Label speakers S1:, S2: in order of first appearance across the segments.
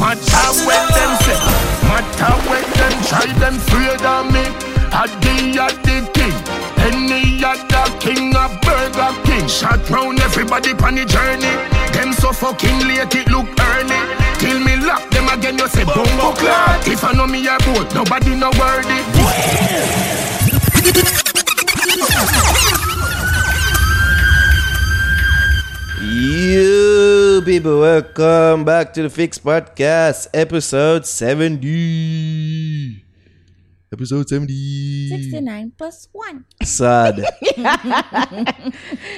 S1: Matter what them say, matter what them try, them afraid of me. Addy at the king, any other king of Burger King. Shot round everybody on the journey. Them so fucking late, it look early. Till me lock them again, you say bongo clock. If I know me a boat, nobody no worthy.
S2: You people, welcome back to the Fix Podcast, episode 70. Episode 70.
S3: 69 plus 1.
S2: Sad.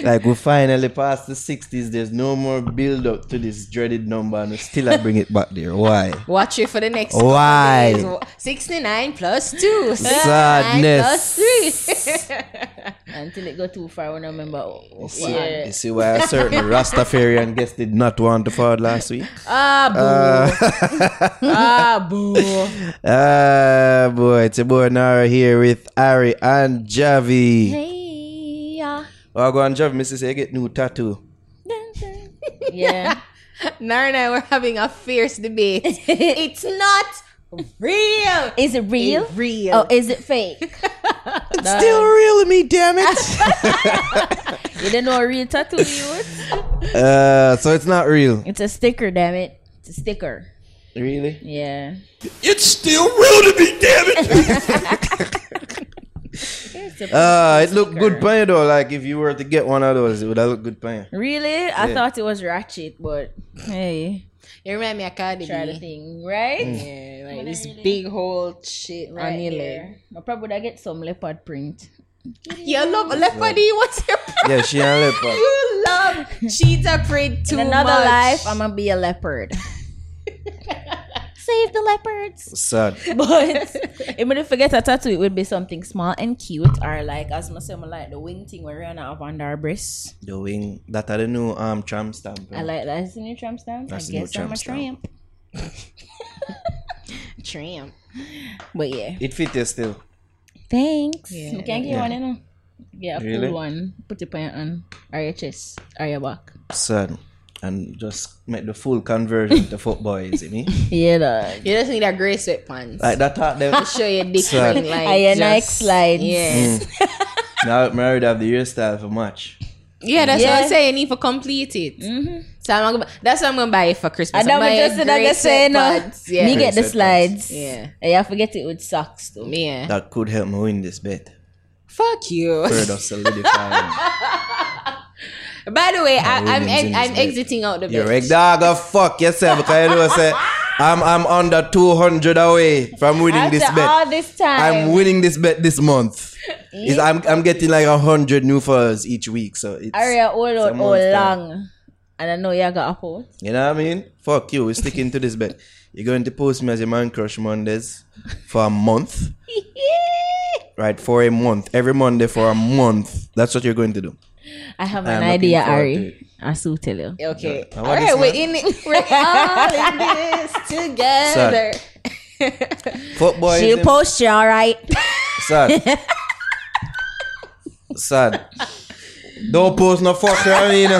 S2: like, we finally past the 60s. There's no more build up to this dreaded number, and we still I bring it back there. Why?
S3: Watch it for the next
S2: Oh, Why?
S3: couple days. 69 plus 2. 69
S2: Sadness.
S3: plus 3. Until it go too far, I won't remember. what year.
S2: You see why a certain Rastafarian guest did not want to pod last week?
S3: Ah, boo. ah, boo.
S2: Ah, boy. It's your boy Nara here with Ari and Javi.
S4: Hey, uh,
S2: Oh, go on, Javi. Missy say, you get new tattoo.
S3: Yeah. Nara and I were having a fierce debate. it's not real.
S4: is it real?
S3: It's real.
S4: Oh, is it fake?
S2: It's still real with me, damn it.
S4: you didn't know a real tattoo you was?
S2: uh, so it's not real.
S4: It's a sticker, damn it. It's a sticker.
S2: Really?
S4: Yeah.
S2: It's still real to me, damn it.
S4: It's a
S2: uh, it looked good pan you though. Like if you were to get one of those, it would have looked good pan you.
S4: Really? I thought it was ratchet, but hey,
S3: You remind me of Cardi
S4: try the
S3: B.
S4: thing, right?
S3: Yeah, like this big whole shit
S4: Right
S3: on your leg.
S4: there. I probably would have get some leopard print.
S3: You love leopard. What's your problem?
S2: Yeah, she and leopard.
S3: You love cheetah print too
S4: In another
S3: much.
S4: life, I'm gonna be a leopard. Save the leopards.
S2: Sad.
S4: But even if I get a tattoo, it would be something small and cute, or like as my say, I like the wing thing where Rihanna have on her breast.
S2: The wing that I don't know. Um, tram stamp.
S4: I like that. Is the new tramp stamp?
S2: That's
S4: I
S2: the new
S4: guess I'm a
S2: tramp stamp.
S4: tramp. tramp. But yeah.
S2: It fit you still.
S4: Thanks.
S3: Yeah.
S4: You can get
S2: Yeah.
S4: one, you know. Get a
S2: Really?
S4: cool one. Put it on your hand, or your chest, or your back.
S2: Sad. And just make the full conversion to football, is it me?
S4: Yeah, dog.
S3: You just need a gray sweatpants.
S2: Like that thought them.
S3: Show your dick
S2: Sorry. Mm.
S3: ring, like
S4: Or your
S3: just-
S4: Nike slides.
S3: Yeah,
S2: now married have the hairstyle for much.
S3: yeah. That's what
S4: Yeah. Mm-hmm.
S3: I say. You need to complete it. So I'm gonna. That's what I'm gonna buy it for Christmas.
S4: And then
S3: I'm
S4: we
S3: buying
S4: just said,
S3: gray
S4: I say, no.
S3: sweatpants. Yeah.
S4: uh, Me get the
S2: Great
S4: slides.
S3: Yeah.
S4: And yeah, forget it with socks, though.
S3: yeah.
S2: That could help me win this bet.
S3: Fuck you.
S2: Further solidifying.
S3: By the way, I, I'm
S2: Williams
S3: ex-
S2: in his
S3: I'm
S2: bed.
S3: exiting out the
S2: You're
S3: bed.
S2: a dog of fuck yourself because you know say I'm I'm under two hundred away from winning
S4: After
S2: this bet.
S4: all this time.
S2: I'm winning this bet this month. It's- I'm I'm getting like a hundred new followers each week, so it's
S4: Aria all out,
S2: a
S4: all
S2: monster.
S4: long. And I know you got up out.
S2: you know what I mean. Fuck you. We're sticking to this bet. You're going to post me as your man crush Mondays for a month, right? For a month, every Monday for a month. That's what you're going to do.
S4: I have
S2: I'm
S4: an
S2: looking
S4: idea,
S2: forward to
S4: Ari. I still tell you.
S3: Okay.
S2: I
S3: All
S2: want
S3: right,
S2: this
S3: we're
S2: one.
S3: in it. We're all in this together.
S2: Football. is
S4: She'll
S2: in-
S4: post you, all right?
S2: Sad. Sad. Don't post no fucker, you know.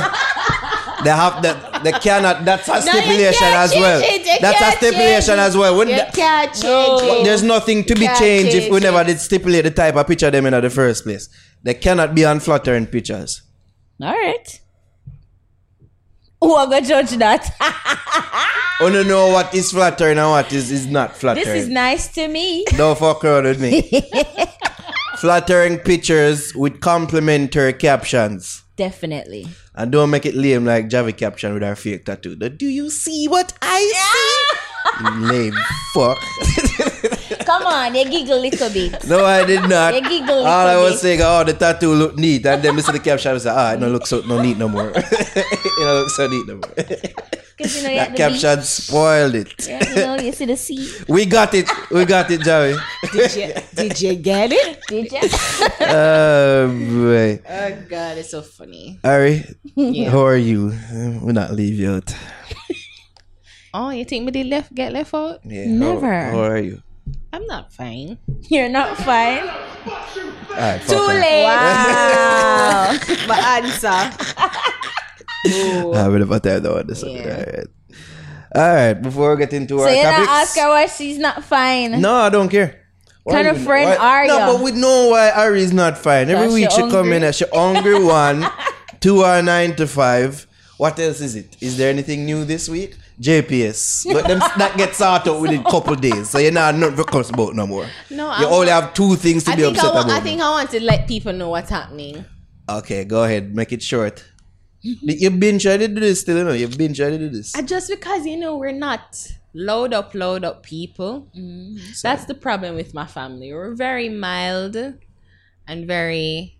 S2: They have that. They cannot. That's a stipulation
S3: can't
S2: as well.
S3: change it, you
S2: That's a
S3: can't
S2: stipulation
S3: change it.
S2: as well. Wouldn't
S3: You
S2: that-
S3: can't change it.
S2: there's nothing to be
S3: can't
S2: changed if we
S3: change
S2: never
S3: it.
S2: did stipulate the type of picture them in at the first place. They cannot be unflattering pictures.
S4: All right. Oh, I'm gonna judge that.
S2: Oh no, know what is flattering and what is, is not flattering.
S4: this is nice to me.
S2: Don't fuck around with me. flattering pictures with complimentary captions.
S4: Definitely.
S2: And don't make it lame like Javi caption with her fake tattoo. The, Do you see what I see? You lame fuck.
S4: Come on, you giggle a little bit.
S2: no, I did not.
S4: You giggle
S2: All I
S4: little
S2: was saying, oh, the tattoo look neat. And then Mr. the caption was like, ah, it no look so no neat no more. it no look so neat no more.
S4: Because you know you
S2: that
S4: have the beach,
S2: caption spoiled it.
S4: you know you see the sea.
S2: We got it. We got it, Javi.
S3: Did you, did you get it?
S4: Did you?
S2: Oh, boy.
S3: Oh God, it's so funny.
S2: Ari,
S3: Yeah.
S2: how are you? Uh, We'll not leave you out.
S3: Oh, you think me they left get left out?
S2: Yeah,
S4: Never.
S2: How, how are you?
S3: I'm not fine.
S4: You're not fine.
S2: All right, fuck
S4: Too
S2: off.
S4: late.
S3: Wow. My answer.
S2: I would have thought that one. This
S3: Yeah.
S2: Alright. All right, before we get into
S5: So
S2: our
S5: you don't
S2: topics.
S5: ask her why she's not fine.
S2: No, I don't care. Why
S5: Kind of
S2: you-
S5: friend
S2: why-
S5: are
S2: No,
S5: you?
S2: but we know why Ari is not fine. Every
S5: Cause
S2: week
S5: she
S2: she come in
S5: hungry.
S2: and she hungry one, two or nine to five. What else is it? Is there anything new this week? JPS. But them that gets out out within couple days. So you're not not reckless about no more.
S3: No,
S2: you
S3: I-
S2: only have two things to
S3: I
S2: be
S3: think I,
S2: upset
S3: wa-
S2: about.
S3: I think I want to let people know what's happening.
S2: okay, go ahead. Make it short. You've been trying to do this still, you know. You've been trying to do this.
S3: Uh, Just because you know we're not load up, load up people. That's the problem with my family. We're very mild and very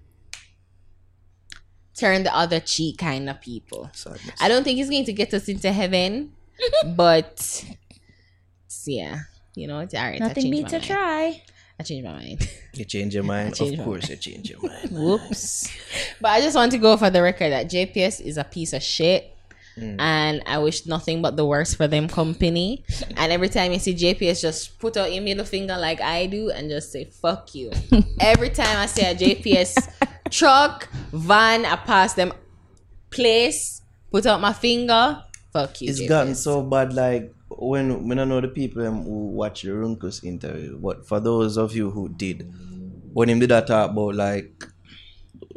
S3: turn the other cheek kind of people.
S2: Sadness.
S3: I don't think it's going to get us into heaven, but yeah, you know, it's all right. I
S4: Nothing
S3: changed
S4: beats
S3: my
S4: a
S3: mind.
S4: try.
S3: I changed my mind.
S2: You change your mind.
S3: change
S2: of
S3: my
S2: course, you change your mind.
S4: Whoops.
S3: But I just want to go for the record that JPS is a piece of shit.
S2: Mm.
S3: And I wish nothing but the worst for them company. And every time you see JPS, just put out your middle finger like I do and just say, fuck you. every time I see a JPS truck, van, I pass them place, put out my finger, fuck you.
S2: It's
S3: JPS.
S2: gotten so bad like when when I know the people um, who watch the Runkus interview, but for those of you who did, when him did that talk about like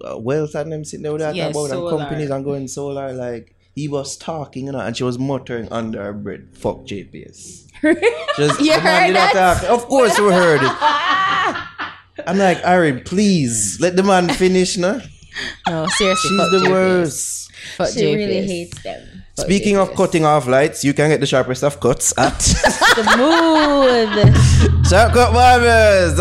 S2: uh, wealth and them sitting there with that
S3: Yeah,
S2: talk about
S3: solar.
S2: and companies and going solar, like he was talking, you know, and she was muttering under her breath, "Fuck JPS." Just,
S3: You
S2: the man
S3: heard
S2: did that talk. Of course, we heard it. I'm like, Ari, please let the man finish, no?
S3: No, seriously.
S2: She's
S3: fuck
S2: the
S3: JPS.
S2: worst.
S3: Fuck
S5: She really
S3: JPS.
S5: hates them.
S3: Fuck
S2: Speaking of
S3: JPS.
S2: cutting off lights, you can get the sharpest of cuts at
S4: Smooth.
S2: Sharp Cut Barbers.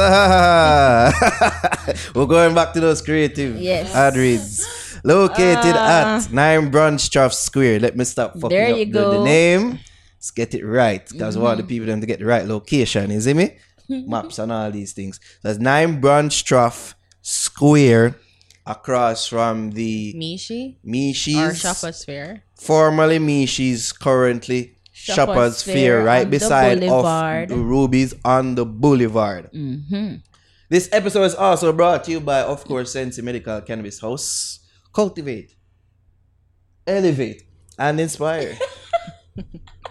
S2: We're going back to those creative
S5: Yes.
S2: ad reads. Located at 9 Branchtrough Square. Let me stop fucking
S4: Ah. There
S2: up
S4: you
S2: the- The,
S4: go. Mm-hmm.
S2: name. Let's get it right because we want the people them to get the right location. You see me? Maps and all these things. That's 9 Branchtrough Square across from the
S3: Mishi or
S2: Mishi's
S3: Shoppersphere.
S2: formerly me, she's currently Shoppers
S4: Shoppers
S2: Fair,
S4: Fair
S2: right
S4: on the
S2: beside of
S4: boulevard. Mm-hmm.
S2: the Rubies on the Boulevard. This episode is also brought to you by, of course, Sensi Medical Cannabis House. Cultivate, elevate, and inspire.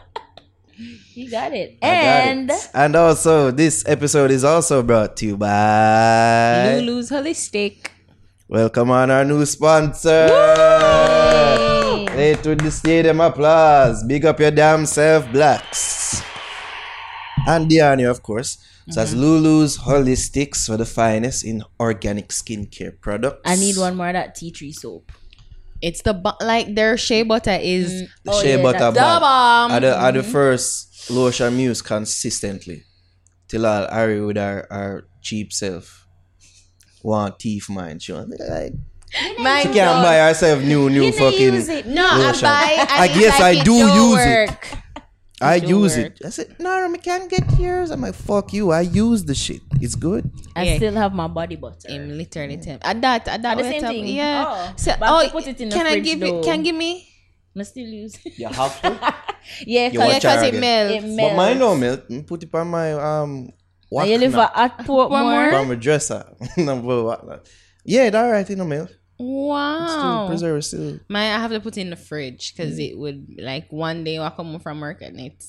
S4: You got it.
S2: I got
S4: And
S2: it. and also, this episode is also brought to you by
S3: Lulu's Holistic.
S2: Welcome on our new sponsor. Late with the stadium applause. Big up your damn self, blacks. And Diani, of course. So
S4: Mm-hmm.
S2: that's Lulu's Holistics for the finest in organic skincare products.
S4: I need one more of that tea tree soap.
S3: It's the bu- like their shea butter is
S5: Mm.
S2: The
S4: Oh,
S2: shea
S4: yeah, Mm-hmm.
S2: butter
S4: that's
S2: bar.
S3: the bomb.
S2: I the, I the first lotion muse consistently. Till I'll hurry with our, our cheap self. One thief mind, she want- like,
S3: Mine
S2: she can't
S3: don't.
S2: buy herself new new fucking
S3: No,
S2: lotion.
S3: I buy. I,
S2: Like, yes, I do use it.
S3: it.
S2: I
S3: It'll
S2: use
S3: work.
S2: it. I said, no, no, I can't get yours. I'm like, fuck you. I use the shit. It's good.
S4: I
S3: Yeah.
S4: still have my body butter.
S3: I'm literally tempted. I that. I that.
S4: the same thing.
S3: Yeah.
S4: Oh.
S3: So,
S4: But I have
S3: oh,
S4: to put it in the
S3: can I
S4: fridge,
S3: give
S4: though.
S3: it? Can give me?
S4: I still use.
S2: You have to.
S4: yeah,
S2: You
S4: cause
S2: watch
S3: Yeah, cause
S2: her
S3: it
S2: again.
S3: melts.
S4: it melts.
S2: but mine don't melt. Mm, Put it on my um.
S4: And you
S2: What
S4: live
S2: now?
S4: at at Portmore.
S2: on my dresser. no, but what now? yeah, it all right. It don't melt. Still
S3: Wow.
S2: preserve it still.
S3: Mine, I have to put it in the fridge because it would like one day I come home from work and it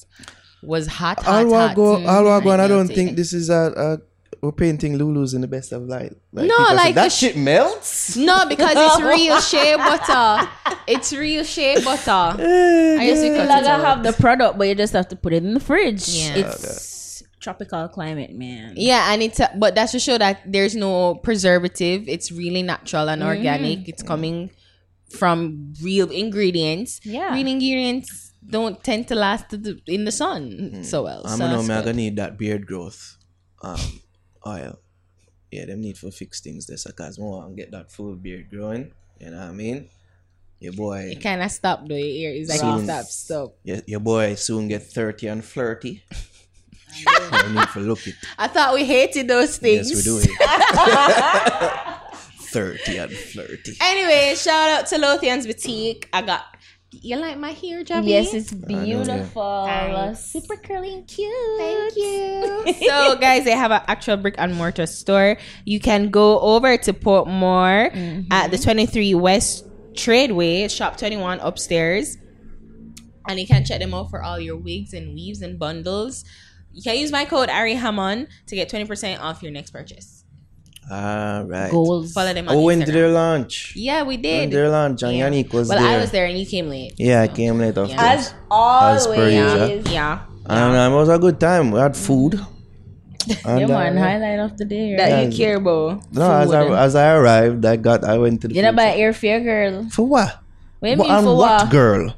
S3: was hot, hot,
S2: Alwa
S3: hot.
S2: go,
S3: Mm,
S2: Alwa go, and I
S3: melt
S2: don't
S3: it.
S2: think this is a. a we're painting Lulu's in the best of light. Like,
S3: No,
S2: people say,
S3: like
S2: that
S3: the sh-
S2: shit melts.
S3: No, because it's real shea butter. It's real shea butter. I used to
S4: You
S3: cut
S4: like
S3: it out.
S4: have the product, but you just have to put it in the fridge.
S3: Yeah.
S4: It's tropical climate, man.
S3: Yeah, and it's uh, but that's to show that there's no preservative. It's really natural and organic. It's coming from real ingredients.
S4: Yeah.
S3: real ingredients don't tend to last to the, in the sun so well.
S2: Mm-hmm. I'm
S3: so
S2: gonna know
S3: that's
S2: me. I gonna
S3: good.
S2: need that beard growth um, oil. Yeah, them need for fix things there, so cause more and get that full beard growing. You know what I mean? Your boy,
S3: It kind of stopped though. Your ear is like
S2: Soon.
S3: stop, stop.
S2: your, your boy soon get thirty and flirty. I need for look it.
S3: I thought we hated those things.
S2: Yes, we do it. thirty and flirty.
S3: Anyway, shout out to Lothian's Boutique. I got you like my hair, Javi?
S4: Yes, it's
S2: know, yeah.
S4: beautiful.
S5: Thanks.
S4: Super curly and cute.
S5: Thank you.
S3: so guys they have an actual brick and mortar store you can go over to portmore at the 23 west tradeway shop 21 upstairs and you can check them out for all your wigs and weaves and bundles. You can use my code Ari Hamon to get 20% off your next purchase.
S2: All right.
S4: Goals.
S3: Follow them on
S2: Oh, when
S3: Instagram.
S2: did their launch?
S3: yeah, we
S2: When
S3: did.
S2: their launch, and
S3: Yeah.
S2: Yannick was
S3: well,
S2: there.
S3: I was there and you came late.
S2: Yeah, I came late, of
S3: Yeah.
S2: course.
S5: As always.
S2: per usual.
S3: Yeah.
S2: And um, it was a good time. We had food. And,
S4: Yeah, man.
S2: uh,
S4: Highlight of the day. Right?
S3: That
S2: Yeah.
S3: you care about.
S2: no, as I, as I arrived, I got I went to the
S4: you know
S2: food
S4: about airfare, girl.
S2: shop. for what?
S4: What you
S2: Wha-
S4: mean
S2: and
S4: for
S2: what
S4: what?
S2: girl?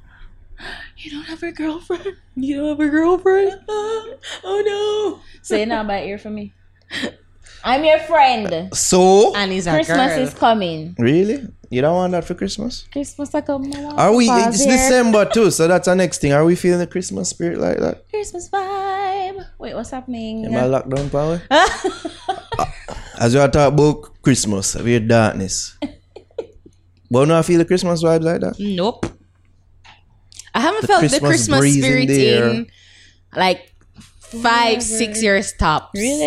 S4: You don't have a girlfriend. You don't have a girlfriend. oh no. So you're not about here for me.
S5: I'm your friend.
S2: So
S3: And he's a
S5: Christmas
S3: girl.
S5: is coming.
S2: really, you don't want that for Christmas?
S5: Christmas I come.
S2: Are we? It's December too, so that's our next thing. Are we feeling the Christmas spirit like that?
S5: Christmas vibe. Wait, what's happening?
S2: Am I locked down, power? As you are talking about Christmas, of your darkness. but no, I feel the Christmas vibes like that.
S3: Nope. I haven't
S2: The
S3: felt the
S2: Christmas
S3: Christmas
S2: breeze in
S3: spirit
S2: the air.
S3: in like five, six years tops.
S4: Really?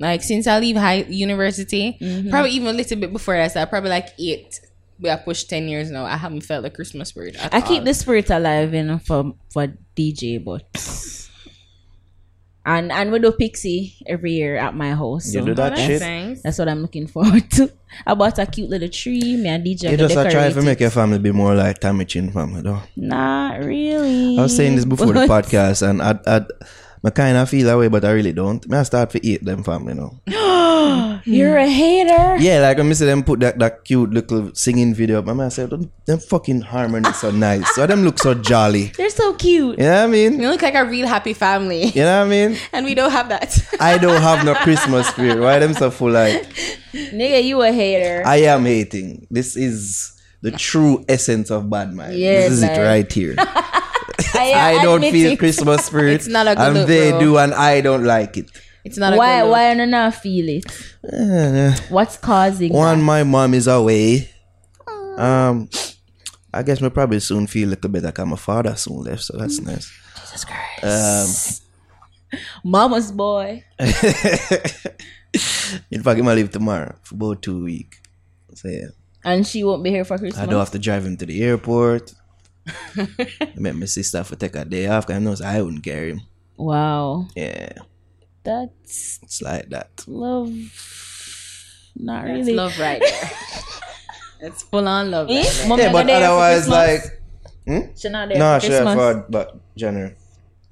S4: Mm-hmm.
S3: Like since I leave high university, probably even a little bit before that, so I probably like eight. We have pushed ten years now. I haven't felt the Christmas spirit. At
S4: I keep
S3: all.
S4: the spirit alive, you know, for for DJ, but and and we do Pixie every year at my house.
S2: You
S4: so
S2: do that
S3: That's
S2: shit.
S3: nice.
S4: That's what I'm looking forward to. I bought a cute little tree. Me and DJ.
S2: You
S4: can
S2: just are trying
S4: decorate
S2: to
S4: it.
S2: make your family be more like Tammy Chin family, though.
S4: Not really.
S2: I was saying this before the podcast, and I, I, I kind of feel that way, but I really don't. May I start to eat them family now?
S4: You're a hater.
S2: yeah, like when I see them put that, that cute little singing video up, my man said, "Them- them fucking harmonies are nice. So them look so jolly.
S4: They're so cute.
S2: You know what I mean?
S3: We look like a real happy family,
S2: You know what I mean?
S3: and we don't have that.
S2: I don't have no Christmas spirit. Why them so full like
S4: Nigga, you a hater.
S2: I am hating. This is the true essence of bad mind.
S4: Yeah,
S2: this is it
S4: like-
S2: right here.
S4: I,
S2: I don't
S4: admit
S2: feel
S4: it.
S2: Christmas spirit.
S3: It's not a good
S2: And
S3: look,
S2: they
S3: bro.
S2: do, and I don't like it.
S3: it's not a
S4: Why?
S3: good look.
S4: Why do not feel it?
S2: Eh,
S4: What's causing?
S2: One,
S4: that?
S2: my mom is away. Um, I guess we probably soon feel a little bit like I'm a father soon left, so that's
S4: Mm.
S2: nice. Jesus Christ.
S4: Mama's boy.
S2: Um, in fact, I'm gonna leave tomorrow for about two weeks. So yeah,
S4: And she won't be here for Christmas.
S2: I don't have to drive him to the airport. Make my sister for take a day off. 'cause I knows I wouldn't carry him.
S4: Wow.
S2: Yeah,
S4: That's
S2: it's like that.
S4: love. Not
S3: That's
S4: really.
S3: love right there. it's full on love. Right
S4: Eh?
S3: there.
S4: Mom
S2: Yeah,
S4: not
S2: but
S4: there for
S2: otherwise,
S4: Christmas?
S2: like,
S4: she not there
S2: no,
S4: for
S2: sure,
S4: Christmas.
S2: for but January.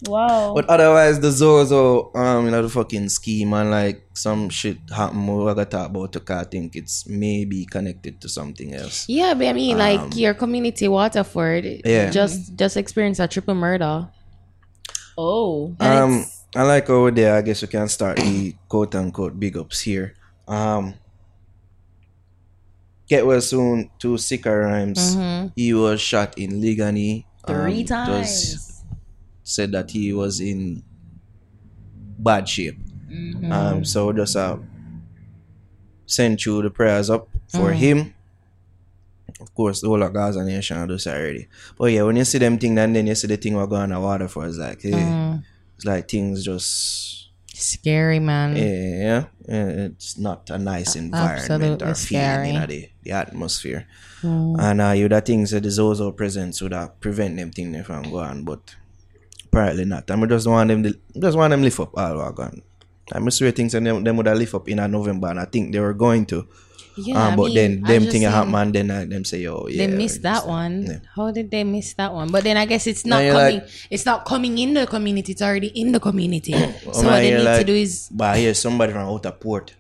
S4: Wow.
S2: But otherwise, the Zozo, um, you know, the fucking scheme and like some shit happen. We gotta talk about it 'cause I think it's maybe connected to something else.
S3: Yeah, but I mean, like your community Waterford,
S2: Um, Yeah.
S3: just just experienced a triple murder.
S4: oh.
S2: Um, I like over there. I guess we can start the quote unquote big ups here. Um, get well soon to Sika Rhymes.
S3: Mm-hmm,
S2: He was shot in Ligani
S4: Mm-hmm. Three
S2: um,
S4: times.
S2: was- said that he was in bad shape. Um, so just uh, send you the prayers up for him. Of course, the whole of Gaza nation do say already. But yeah, when you see them thing, and then you see the thing we're going to water for, it's like, eh,
S3: Mm.
S2: it's like things just,
S3: mm-hmm. Scary man.
S2: yeah, yeah, it's not a nice environment
S3: Mm. absolutely
S2: or
S3: scary. Mm.
S2: feeling in the, the atmosphere. And uh, you that things that is also present so that uh, prevent them thing there from going, but apparently not. And we just want them, to, just want them lift up all we're gone. I swear things and them, them would have lift up in a November, and I think they were going to.
S3: Yeah,
S2: um,
S3: I
S2: but
S3: mean,
S2: then
S3: I
S2: them
S3: just
S2: thing
S3: seen-
S2: happen, and then uh, them say, "Oh, yeah."
S3: They missed that one.
S2: Yeah.
S3: How did they miss that one? But then I guess it's not
S2: you're
S3: coming.
S2: like-
S3: it's not coming in the community. It's already in the community. so
S2: Oh, man,
S3: what they
S2: you're
S3: need to
S2: like-
S3: do is
S2: But here's somebody from out of port.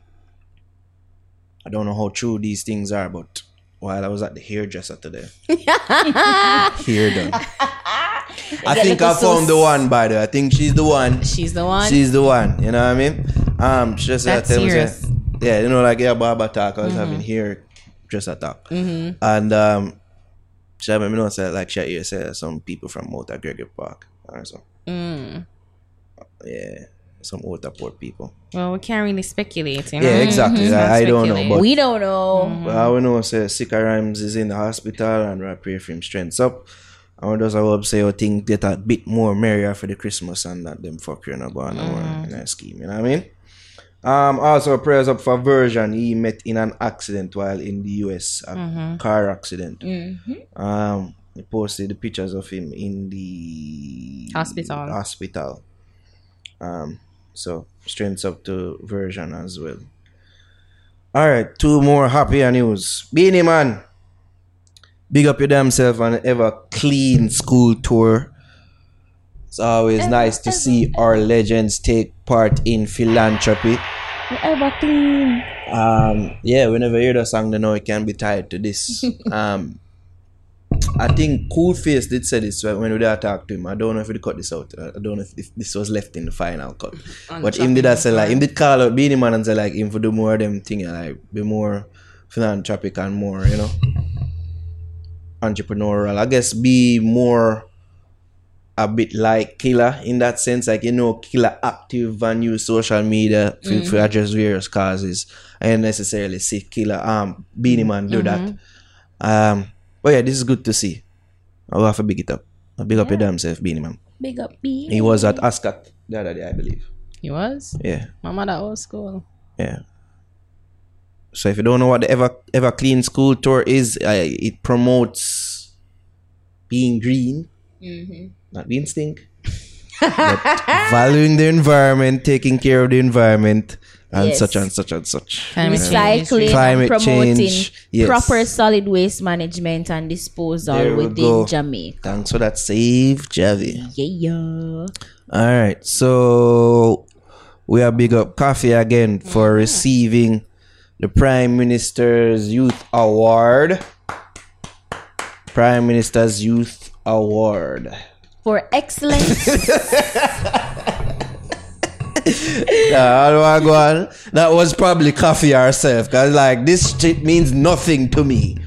S2: I don't know how true these things are, but while I was at the hairdresser today, hair done. I think I found the one by the. way. I think she's the one.
S3: she's the one.
S2: She's the one. You know what I mean? Um, she just
S3: That's
S2: tell me,
S3: serious. Mm-hmm.
S2: say- yeah, you know, like yeah, Baba talk. I was having here, just a talk, and um, she had me know say like she had here say some people from Mota Gregor Park or so.
S3: Mm.
S2: Yeah, some Mota Port people.
S3: well, we can't really speculate. You know?
S2: Yeah, exactly. Like, I don't know, but
S4: we don't know.
S2: but I will know say Sika Rhymes is in the hospital and I pray for him strength up. I want us to hope say your thing get a bit more merrier for the Christmas and that them fuck you know going mm. in a scheme, you know what I mean? Um also prayers up for version he met in an accident while in the US, a car accident. Um He posted the pictures of him in the
S3: Hospital.
S2: Hospital. Um, so strengths up to version as well. All right, two more happier news. Beanie man, big up your damn self and ever clean school tour. It's always nice to see our legends take part in philanthropy.
S5: Mm. Ever clean.
S2: Um, yeah, whenever you hear the song, they know it can be tied to this. um, I think Coolface did say this when when we did talk to him. I don't know if he cut this out. I don't know if, if this was left in the final cut. but him did I say like him did call out Beanie Man and say like him for do more of them thing and like be more philanthropic and more you know entrepreneurial. I guess be more a bit like Killer in that sense. Like, you know, Killer active and use social media to, to address various causes. I didn't necessarily see Killer um Beanie Man do that. Um but yeah, this is good to see. I'll have to big it up. I'll big up your damn self, Beanie Man.
S5: Big up B.
S2: He was at Ascot the other day, I believe.
S3: He was?
S2: Yeah.
S3: My mother old school.
S2: Yeah. So if you don't know what the Ever Ever Clean School Tour is, uh, it promotes being green, not being stink, but valuing the environment, taking care of the environment, and
S4: Yes.
S2: such and such and such.
S3: Climate change
S4: Recycling,
S3: industry.
S2: Climate
S4: and promoting
S2: change, yes.
S4: proper solid waste management and disposal
S2: There we
S4: within
S2: go.
S4: Jamaica.
S2: Thanks for that save, Javi.
S4: Yeah.
S2: All right, so we are big up Coffee again for receiving the Prime Minister's Youth Award. Prime Minister's Youth Award.
S4: For excellence.
S2: Yeah, I wanna go on. That was probably Coffee herself, cause like this shit means nothing to me,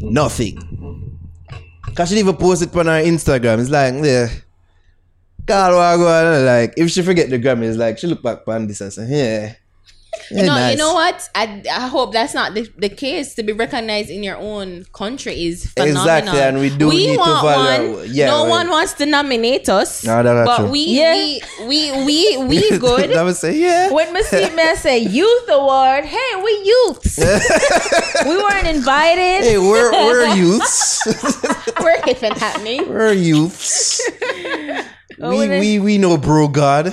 S2: nothing. Cause she didn't even post it on her Instagram. It's like, yeah. God, I go on. Like, if she forget the Grammys, like she look back on this and say, yeah. yeah,
S3: no, you
S2: nice.
S3: know what? I, I hope that's not the, the case. To be recognized in your own country is phenomenal.
S2: Exactly, and we do need to value-
S3: one.
S2: yeah,
S3: no
S2: well-
S3: one wants to nominate us.
S2: No, that's not
S3: but
S2: true.
S3: we,
S4: Yeah.
S3: we we we we good.
S2: I would say, yeah.
S4: when me see me I say youth award, hey, we youths. we weren't invited.
S2: Hey, we're we're youths.
S3: We're even happening.
S2: we're youths. we,
S4: then-
S2: we we know bro God.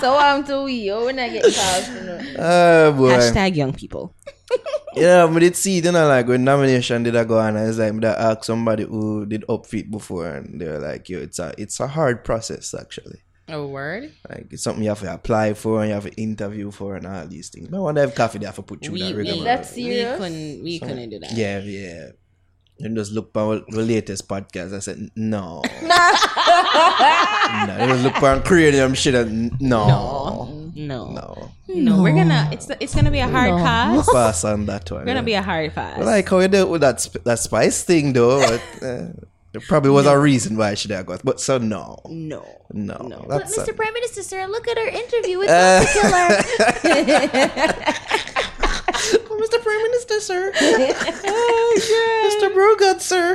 S4: So
S3: um,
S4: I'm too we. Oh, when I get called. you know.
S2: Oh boy.
S3: Hashtag young people.
S2: Yeah, but did see, then I like when nomination did I go on, I was like, I asked somebody who did upfit before, and they were like, yo, it's a it's a hard process actually.
S3: A word.
S2: Like it's something you have to apply for and you have to interview for and all these things. But when they have coffee, they have to put you
S3: We,
S2: that
S3: we,
S2: rigmarole.
S4: That's
S3: we
S4: serious?
S3: couldn't we couldn't do that.
S2: Yeah, yeah. And just look for the latest podcast. I said, no. no. Just look for creative shit. And, no.
S3: No. no.
S2: No.
S3: we're gonna. It's it's gonna be a hard pass.
S2: Pass on that one.
S3: We're gonna
S2: yeah.
S3: be a hard pass.
S2: I like how you dealt with that sp- that spice thing though. But, uh, there probably was a reason why she did got, but so no,
S3: no.
S2: no,
S5: But
S2: that's
S5: Mr.
S2: a-
S5: Prime Minister, sir, look at her interview with
S2: Uh.
S5: Dr. Killer.
S2: Oh, Mr. Prime Minister, sir. Mr. Brogan, sir.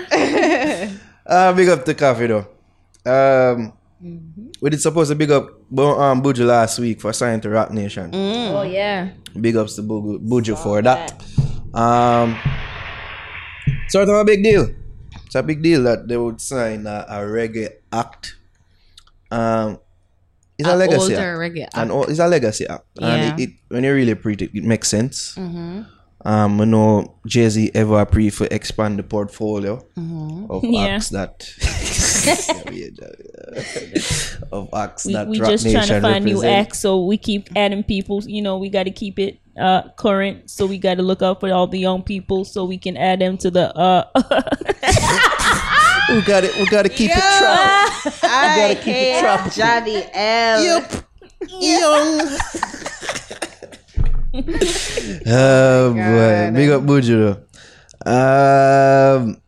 S2: uh, big up to coffee though. Um, we did supposed to big up Bo- um, Buju last week for signing to Rock Nation.
S4: Oh yeah.
S2: Big ups to Buju, Buju for that. Um, sort of a big deal. It's a big deal that they would sign a, a reggae act. Um, it's a,
S3: An
S2: legacy ah.
S3: older
S2: act.
S3: reggae
S2: An o- it's a legacy act. And
S3: Yeah. Mm-hmm.
S2: it, it, when you really preach it, it makes sense. Um, I know Jay Z ever pre for expand the portfolio
S3: Mm-hmm.
S2: of acts that of acts
S5: We,
S2: that
S5: we
S2: Roc
S5: just trying to
S2: Nation
S5: find new
S2: represent.
S5: acts, so we keep adding people. You know, we got to keep it uh, current, so we got to look out for all the young people, so we can add them to the. Uh,
S2: We got it. We got to keep it tropical. We got to keep it tropical.
S3: Javi L.
S2: Yep. Young. oh, boy. Big up Buju. though. Um,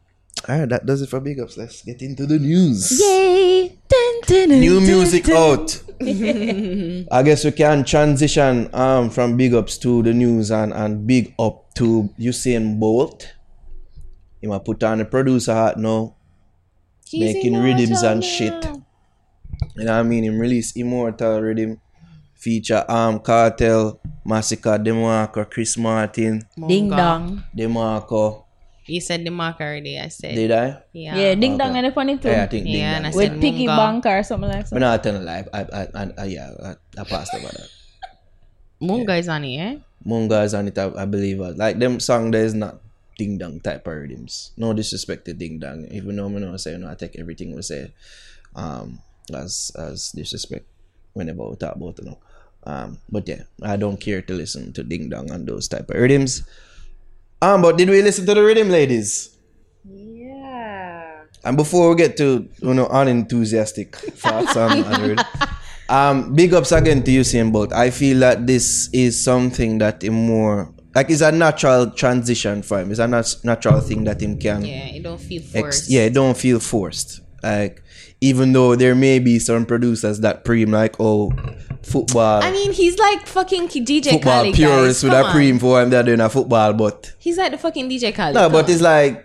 S2: all right, that does it for big ups. Let's get into the news.
S4: Yay. Dun, dun, dun,
S2: New
S4: dun,
S2: music
S4: dun.
S2: out. I guess we can transition um from big ups to the news and, and big up to Usain Bolt. He might put on a producer hat now making rhythms and shit. You know what I mean? Him release Immortal Rhythm, feature um, Arm Cartel, Massacre, Demarco, Chris Martin,
S4: Ding dong.
S2: Demarco,
S3: You said the mark already. I said
S2: Did I?
S3: yeah.
S5: Yeah, ding dong
S2: Okay.
S5: and a funny too.
S2: Yeah, I think.
S3: Yeah,
S2: Yeah,
S3: and I
S2: ding,
S3: said
S5: With piggy
S3: munga.
S5: bank or something like
S2: but
S5: that.
S2: no, I tell a lie. I, I, I, I yeah, I, I passed about that.
S3: Munga is on it, eh?
S2: Mungas and it, I, I believe. uh, Like them song, there is not ding dong type of rhythms. No disrespect to ding dong. Even though I know say, you know, I take everything we say um, as as disrespect whenever we talk about you know. Um, but yeah, I don't care to listen to ding dong and those type of rhythms. Um, but did we listen to the rhythm, ladies?
S3: Yeah.
S2: And before we get to you know unenthusiastic thoughts on Android, um, big ups again to UCM Bolt. I feel that this is something that him more like it's a natural transition for him. It's a nat- natural thing that him can
S3: Yeah, it don't feel
S2: ex-
S3: forced.
S2: yeah, it don't feel forced. Like even though there may be some producers that preem like oh football
S3: I mean, he's like fucking DJ
S2: football
S3: Khaled,
S2: purists
S3: guys.
S2: with
S3: Come
S2: a
S3: on.
S2: preem for him they're doing a football but
S3: He's like the fucking DJ Khaled.
S2: No,
S3: Come
S2: but
S3: on.
S2: it's like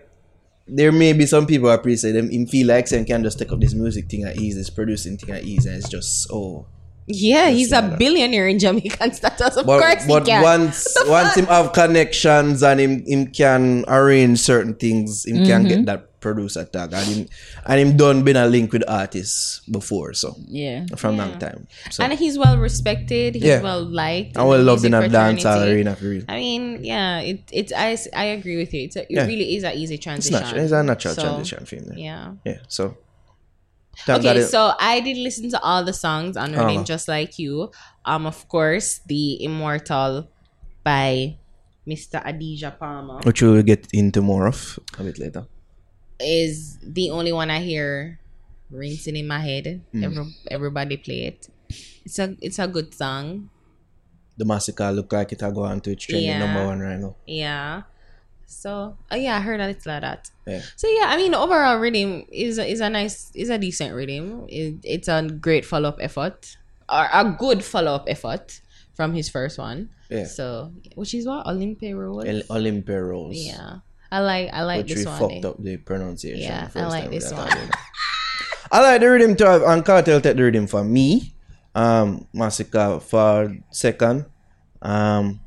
S2: there may be some people appreciate them in feel like and can just take up this music thing at ease, this producing thing at ease, and it's just so.
S3: yeah, he's
S2: yeah.
S3: a billionaire in Jamaican status. Of
S2: But,
S3: course
S2: but
S3: he can.
S2: once once him have connections and him, him can arrange certain things, him can
S3: Mm-hmm.
S2: get that producer tag and him and him done been a link with artists before, so
S4: Yeah.
S2: from long time. So
S3: and he's well respected. He's
S2: Yeah.
S3: well liked.
S2: I will love in a dance
S3: fraternity.
S2: arena for real.
S3: I mean, yeah, it it's I, s- I agree with you. It's a, it
S2: Yeah.
S3: really is an easy
S2: It's
S3: transition.
S2: natural. It's a natural
S3: So,
S2: transition for him. Yeah.
S3: Yeah.
S2: yeah so. Thank God
S3: Okay,
S2: it-
S3: so I did listen to all the songs on her
S2: Uh-huh.
S3: name, just like you. Um, of course, the Immortal by Mr. Adija Palmer
S2: which we will get into more of a bit later.
S3: is the only one I hear rinsing in my head.
S2: Mm.
S3: Every, everybody play it. It's a it's a good song.
S2: the massacre look like it I go on to its trending
S3: Yeah.
S2: number one right now.
S3: Yeah. So uh, yeah, I heard a little of that.
S2: Yeah.
S3: So yeah, I mean overall rhythm is a- is a nice is a decent rhythm. It, it's a great follow up effort or a good follow up effort from his first one.
S2: Yeah.
S3: So which is what Olympe Road.
S2: El- Olympia Rose.
S3: yeah. I like I like
S2: Which we
S3: this one.
S2: fucked
S3: eh?
S2: up the pronunciation.
S3: Yeah,
S2: the
S3: I like
S2: we
S3: this
S2: had
S3: one.
S2: that I like the rhythm to have and cartel take the rhythm for me. Um Massacre for second. Um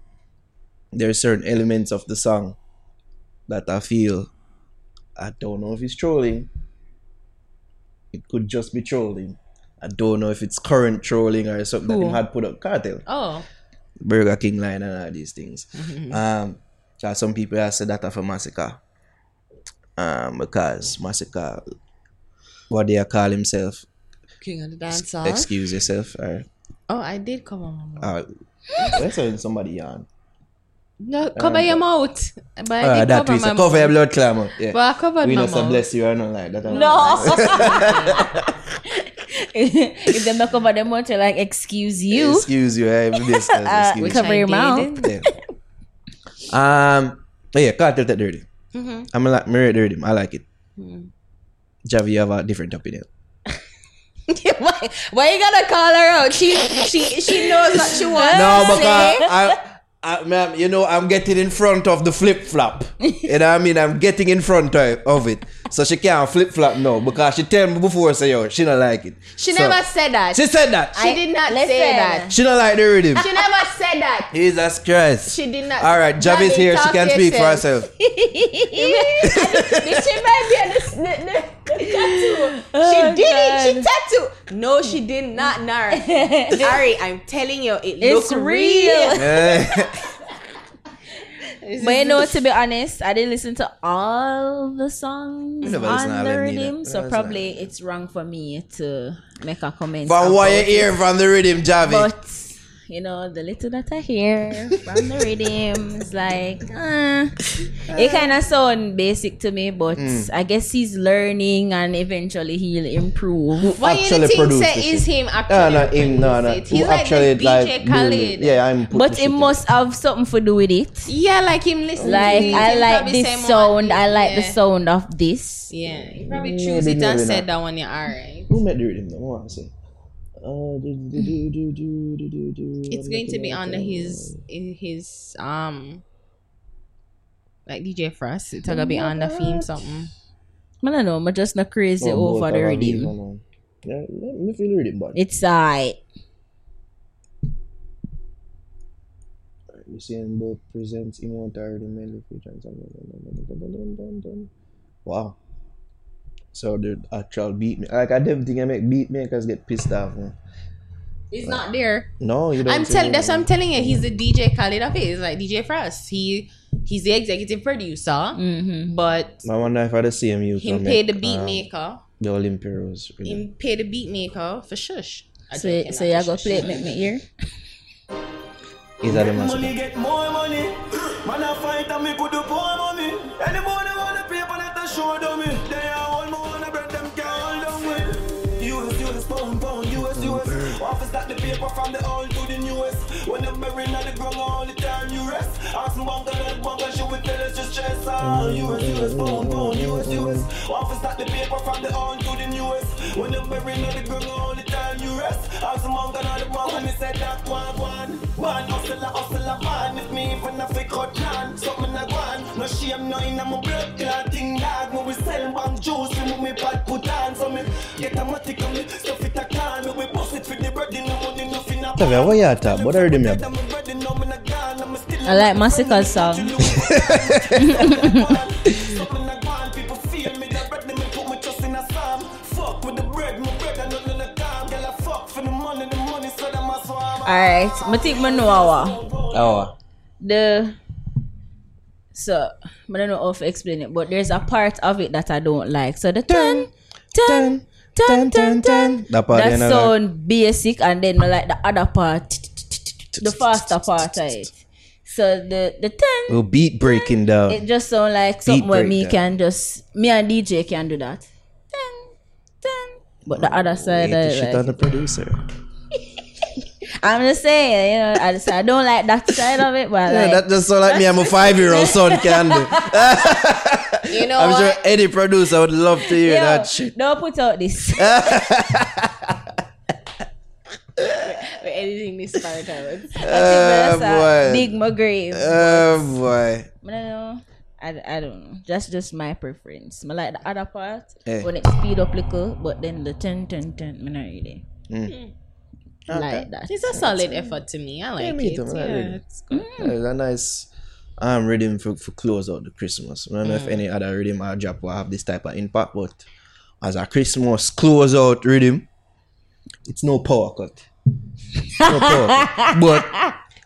S2: there are certain elements of the song that I feel I don't know if it's trolling. It could just be trolling. I don't know if it's current trolling or something that
S3: Who?
S2: him had put up cartel.
S3: Oh.
S2: Burger King line and all these things.
S4: Mm-hmm.
S2: Um, so some people have said that for massacre, um, because massacre, what they call himself,
S3: King of the dance
S2: excuse yourself, or
S3: Oh, I did cover my mouth.
S2: uh, let's say somebody yawn.
S3: No, cover your mouth. But I
S2: Uh,
S3: did
S2: that
S3: cover
S2: we
S3: my
S2: say,
S3: mouth.
S2: cover your blood clamor. Yeah,
S3: But I covered
S2: we
S3: my
S2: know some
S3: mouth.
S2: bless you. I don't like that. I don't like
S4: No. if they knock over them mouth, you're like, excuse
S2: that.
S4: you.
S2: excuse you. eh, This,
S4: Uh,
S2: excuse
S3: Which
S2: you.
S4: Cover
S3: I
S4: your mouth.
S3: did.
S2: Yeah. Um, but yeah, cartel take the rhythm.
S4: Mm-hmm.
S3: Mhm.
S2: I'm like, me rate the rhythm. I like it.
S4: Mm.
S3: Mhm.
S2: Javi, you have a different opinion.
S3: why, why you gotta call her out? She she she knows what she wants.
S2: No,
S3: to
S2: because
S3: say.
S2: I, I, ma'am, you know, I'm getting in front of the flip flop. you know what I mean? I'm getting in front of of it. So she can't flip flop now because she tell me before, say, yo, she don't like it.
S3: she
S2: So-
S3: never said that.
S2: She said that.
S3: she did not
S4: Listen.
S3: say that.
S2: she don't like the rhythm.
S3: She never said that.
S2: Jesus Christ.
S3: She did not.
S2: All right, Javi's
S3: Javi,
S2: here. She
S3: talk
S2: can speak for
S3: yourself.
S2: herself.
S3: Did she might be on this, the, the, the tattoo.
S4: Oh,
S3: she did it. She tattooed. No, she did not. Nara. Sorry, I'm telling you, it
S4: It's
S3: looks real.
S2: Eh.
S4: But you know, to be honest, I didn't listen to all the songs
S2: Never listen to all
S4: on the
S2: them neither.
S4: rhythm, so
S2: Never listen to
S4: probably
S2: all them.
S4: it's wrong for me to make a comment.
S2: From
S4: about
S2: what you
S4: it.
S2: hear from the rhythm, Javi.
S4: But you know, the little that I hear from the rhythm is like, uh, Mm. it kind of sound basic to me. But I guess he's learning, and eventually he'll improve.
S3: Why you
S2: Actually
S3: think
S2: produced
S3: say
S2: it.
S3: is him
S2: no,
S3: actually?
S2: no, him, no, no.
S3: produced
S2: Who
S3: it? He's like the
S2: actually
S3: DJ
S2: really-
S3: Khaled.
S2: Yeah, I'm. put
S4: But
S2: the
S4: it
S2: shit in.
S4: must have something to do with it.
S3: Yeah, like him listening.
S4: Like
S3: to it,
S4: I
S3: he
S4: like
S3: probably
S4: this
S3: say more
S4: sound.
S3: than
S4: I like the
S3: yeah.
S4: sound of this.
S3: Yeah, he probably
S4: Mm,
S3: choose
S2: maybe
S3: it and
S2: not.
S3: said that one. Yeah, alright.
S2: Who made the rhythm? though? What was it? Uh, do, do, do, do, do, do, do, do.
S3: It's
S2: I'm
S3: going to
S2: looking
S3: be
S2: at
S3: under
S2: it.
S3: his in his um like DJ Frost. It's gonna be
S4: Mm,
S3: on the theme something.
S4: I don't know. I'm just not crazy
S2: Oh, both
S4: over the
S2: of them,
S4: rhythm.
S2: you know. Yeah, let me feel the rhythm, but
S4: It's I.
S2: Usain Bolt presents immortality medley features. Wow. So the actual beat ma- like I don't think I make beat makers get pissed off. man.
S3: It's not there.
S2: No, you don't.
S3: I'm
S2: see
S3: telling.
S2: me.
S3: That's what I'm telling you. He's the DJ Khaled of it. It's like DJ Frost. He he's the executive producer,
S4: Mm-hmm.
S3: but
S2: I wonder if I the same you
S3: him
S2: can
S3: pay
S2: make,
S3: the beat
S2: um,
S3: maker.
S2: the Olympiros. Really.
S3: Him pay the beat maker for shush. I
S4: So,
S3: don't care
S4: so
S3: about
S4: y'all go
S3: Shush.
S4: play it, make me hear.
S2: Is that the
S6: Money
S2: master?
S6: get more money. Man, I fight and me could do poor money. Any money wanna pay for that, I show them me. They are all more wanna bread them can't hold them with. US, US, pound, pound, US, US. Office that the paper from the old to the newest. When I'm buried on the ground, all the time you rest. Ask me one girl, one girl, she will tell us your stress. Ah, US, US, pound, pound, US, US. Office that the paper from the old to the newest. When I'm buried on the ground, all the time you rest. Ask me one girl, the one when me said that one, one. Man, hustle, a hustle, a man. If me even a fake hot land, something a gone. No shame, no in my blood clot thing dog. Me we sell bank juice, remove me pad put on. So me get a matic on me, stuff it a can. Me we bust it for the bread, no money, nothing a
S2: Tavi, what you at top? What are you doing? man?
S4: I like Massacre's song.
S6: Alright,
S4: Alright, I think I know our.
S2: Oh,
S4: The. So, I don't know how to explain it, but there's a part of it that I don't like. So, the turn, turn, turn, turn, turn.
S2: that part.
S4: That
S2: you know,
S4: sound basic, and then I like the other part, the faster part of it. So, the, the turn.
S2: like, oh, beat breaking down.
S4: It just sound like something where me
S2: breakdown.
S4: can just me and DJ can do that. Dun, dun. But the other
S2: Hate
S4: side,
S2: the
S4: I,
S2: Oh, shit on
S4: like,
S2: the producer.
S4: I'm just saying, you know, I just I don't like that side of it. But
S2: Yeah,
S4: like,
S2: that just sound like me. I'm a five year old son can do.
S3: You know
S2: I'm
S3: what?
S2: sure any producer would love to hear
S4: yo,
S2: that shit.
S4: don't put out this.
S3: We're editing this part out.
S4: That's a
S2: Ah, boy.
S4: Dig my grave.
S2: Oh boy.
S4: I don't know. I, I don't know. That's just my preference. I like the other part
S2: Eh.
S4: when it speed up little, but then the turn, turn, turn. I not really
S2: Mm.
S4: like that.
S3: Hmm. It's a solid effort to me. I like
S2: me
S3: it.
S2: too, I like
S3: yeah,
S2: it.
S3: it's good.
S2: Yeah, it's a nice um, rhythm for, for close out the Christmas. I don't know if
S3: Mm.
S2: any other rhythm or drop will have this type of impact, but as a Christmas close out rhythm, it's no power cut. It's no power cut. But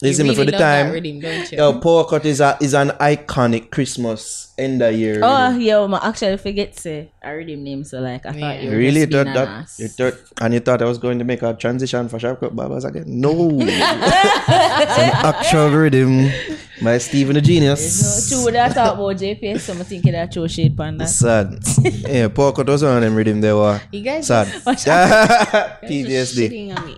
S2: listen
S3: You
S2: me for
S3: really
S2: the
S3: love that
S2: time.
S3: rhythm, don't you?
S2: Yo, power cut is a, is an iconic Christmas end of year.
S4: Oh,
S2: rhythm.
S4: yo, I actually forget to I read him name, so like I thought you were
S2: Really
S4: just being
S2: thought
S4: an
S2: that
S4: ass.
S2: you thought and you thought I was going to make a transition for Sharp Cut Babas again? No, it's an actual rhythm by Stephen the Genius.
S4: True, when I talk about JPS, so I'm thinking that throw shade panda.
S2: Sad. yeah, poor cut was on them rhythm they were.
S3: You guys
S2: Sad.
S3: just
S2: PTSD.
S3: shitting on me.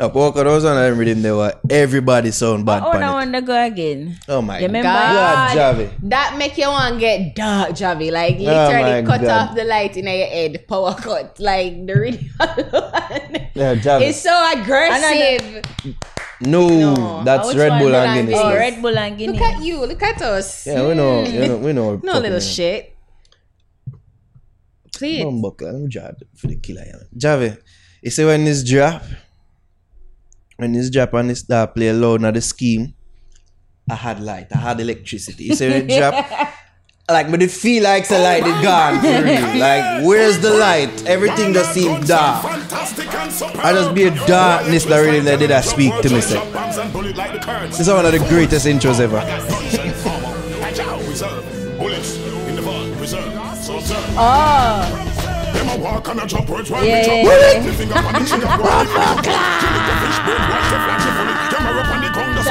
S2: No, poor cut was on them rhythm they were. Everybody sound bad
S4: Oh, that
S2: panic.
S4: one to go again.
S2: Oh my
S4: You remember?
S2: God, Javi.
S3: That make you want get dark, Javi. Like
S2: Oh my
S3: literally cut
S2: God.
S3: off the light in your head, power cut. Like the radio.
S2: Yeah, Javi.
S3: it's so aggressive.
S2: no,
S3: No.
S2: that's
S3: Which
S2: Red
S3: one?
S2: Bull
S3: Red
S2: and
S3: and
S2: Guinness.
S3: Guinness.
S4: Oh,
S2: yes.
S4: Red Bull and Guinea.
S3: Look at you. Look at us.
S2: Yeah, we know, we know, we know.
S3: No little shit. Please.
S2: Don't buckle. I'm Jad for the killer. Yeah. Javi, you see when this drop, when this drop and this start play loud now the scheme, I had light, I had electricity. You see when it drop, like but it feel like the light is gone for
S3: Oh
S2: real. Like where's the light? Everything just seems dark.
S7: I just be a darkness that really that did I speak to myself.
S2: This is one of the greatest intros ever. Ah,
S4: Oh,
S7: Yeah,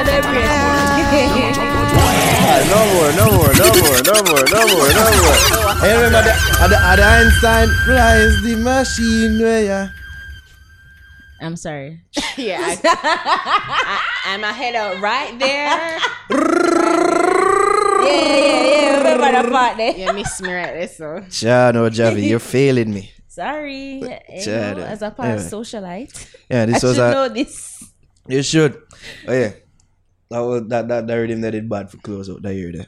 S4: Yeah, yeah,
S2: Ah, no more, no more, no more, no more, no more, no more. I remember the, at the, at the Einstein rise the machine where ya.
S4: I'm sorry.
S3: Yeah. I, I, I'm ahead of right there.
S4: Yeah, yeah, yeah, yeah. Remember the part there?
S3: You miss me right there, so.
S2: Jah, no, Javi, you're failing me.
S4: Sorry. You
S2: Chad,
S4: know, as a
S2: yeah.
S4: past socialite,
S2: Yeah,
S4: I
S2: this
S4: should
S2: was a
S4: know this.
S2: You should. Oh yeah. That was that that, that rhythm that did bad for close out that year there. I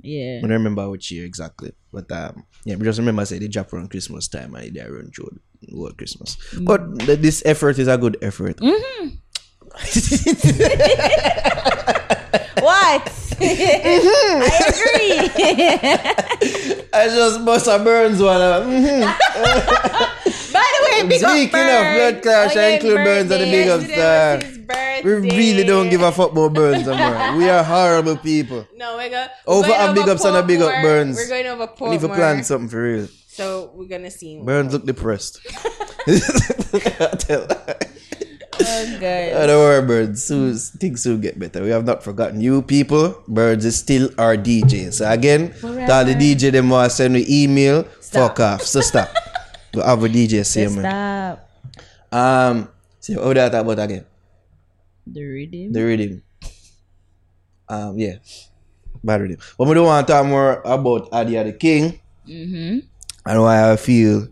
S4: Yeah.
S2: don't remember which year exactly. But um yeah, we just remember I said they drop around Christmas time and they around through the whole Christmas.
S4: Mm.
S2: But th- this effort is a good effort.
S4: What?
S2: Mm-hmm.
S4: I agree.
S2: I just bust a Burns one. uh, mhm.
S4: By the way, big
S2: Speaking
S4: up Burns. Oh,
S2: of blood clash, I
S4: yeah,
S2: include Burns at the big up
S4: Yesterday was
S2: star.
S4: his
S2: We
S4: birthday.
S2: really don't give a fuck about Burns, and Burns. We are horrible people.
S3: No, we're going
S2: Oh,
S3: we're
S2: for
S3: going
S2: a big
S3: over
S2: ups and a big up,
S3: Portmore.
S2: Burns.
S3: We're going over
S2: We need to
S3: Portmore.
S2: plan something for real.
S3: so we're gonna see.
S2: Burns look depressed. I tell.
S4: Oh, good.
S2: Oh, don't worry, Burns. Soon, things will get better. We have not forgotten you, people. Burns is still our DJ. So again, tell the DJ them want send me email. Fuck off. So stop. we have a DJ same man.
S5: Stop.
S2: Um, so what did I talk about again?
S5: The rhythm.
S2: The rhythm. Um, yeah, bad rhythm. But we don't want to talk more about Adia the King and why I feel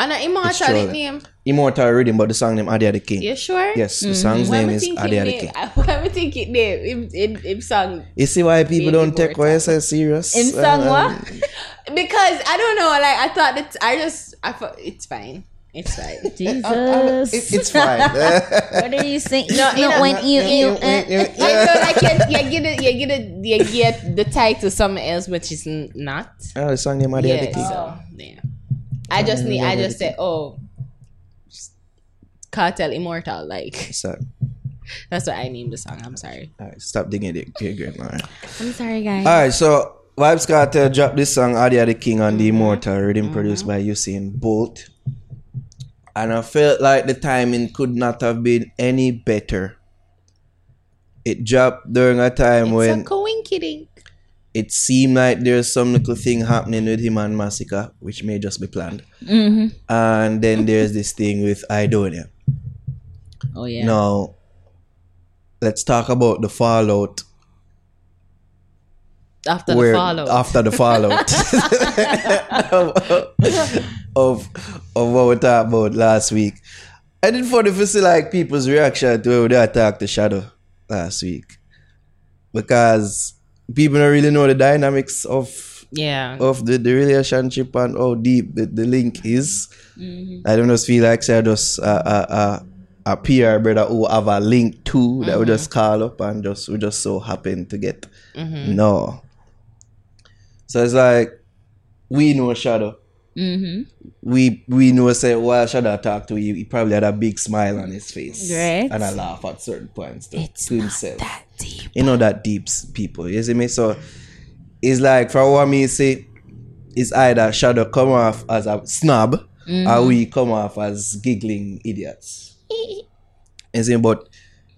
S3: And an
S2: Sure.
S3: immortal name.
S2: immortal rhythm, but the song name Adia the King.
S3: You sure?
S2: Yes, the song's
S3: Why
S2: name
S3: Mm-hmm. am I
S2: is
S3: thinking
S2: Adia the
S3: name?
S2: King.
S3: Why am I thinking name? Him, him, him song.
S2: You see why people
S3: Baby
S2: don't take
S3: Borta.
S2: what I say serious? Uh,
S4: In song what?
S3: Because I don't know. Like I thought that I just I thought it's fine. It's fine.
S5: Jesus.
S2: It- it's fine.
S4: What are you saying?
S3: No, you know-
S4: you, you, uh,
S3: I feel like you, you get it, you get it, you get the title somewhere else, which is n- not.
S2: Oh, the song name Adia the
S3: Yeah.
S2: King.
S3: So, yeah. I just need. I just say, oh, cartel immortal. Like
S2: So,
S3: that's what I named the song. I'm sorry.
S2: all right, stop digging it. Okay, great, man.
S4: I'm sorry, guys.
S2: All right, so Vibes Cartel dropped this song "Adia the King" on the Immortal, rhythm produced by Usain Bolt, and I felt like the timing could not have been any better. It dropped during a time when
S3: it's a coincidence.
S2: it seemed like there's some little thing happening with him and Massacre, which may just be planned. And then there's this thing with Idonia.
S5: Oh yeah.
S2: Now, let's talk about the fallout
S3: After the
S2: where-
S3: follow.
S2: After the fallout of of what we talked about last week. And it's funny to see like people's reaction to when they attacked the shadow last week. Because people don't really know the dynamics of
S3: yeah.
S2: of the, the relationship and how deep the, the link is. I don't just feel like say I just uh, uh, uh, a peer brother who have a link to that we just call up and just we just so happen to get. No. So it's like we know Shadow.
S4: Mm-hmm.
S2: We we know say while Shadow talked to you, he probably had a big smile on his face
S4: Right.
S2: and a laugh at certain points to, to himself. that deep. You know that deep people. You see me? So it's like for what me say, it's either Shadow come off as a snob or
S4: Mm-hmm.
S2: we come off as giggling idiots. you see, but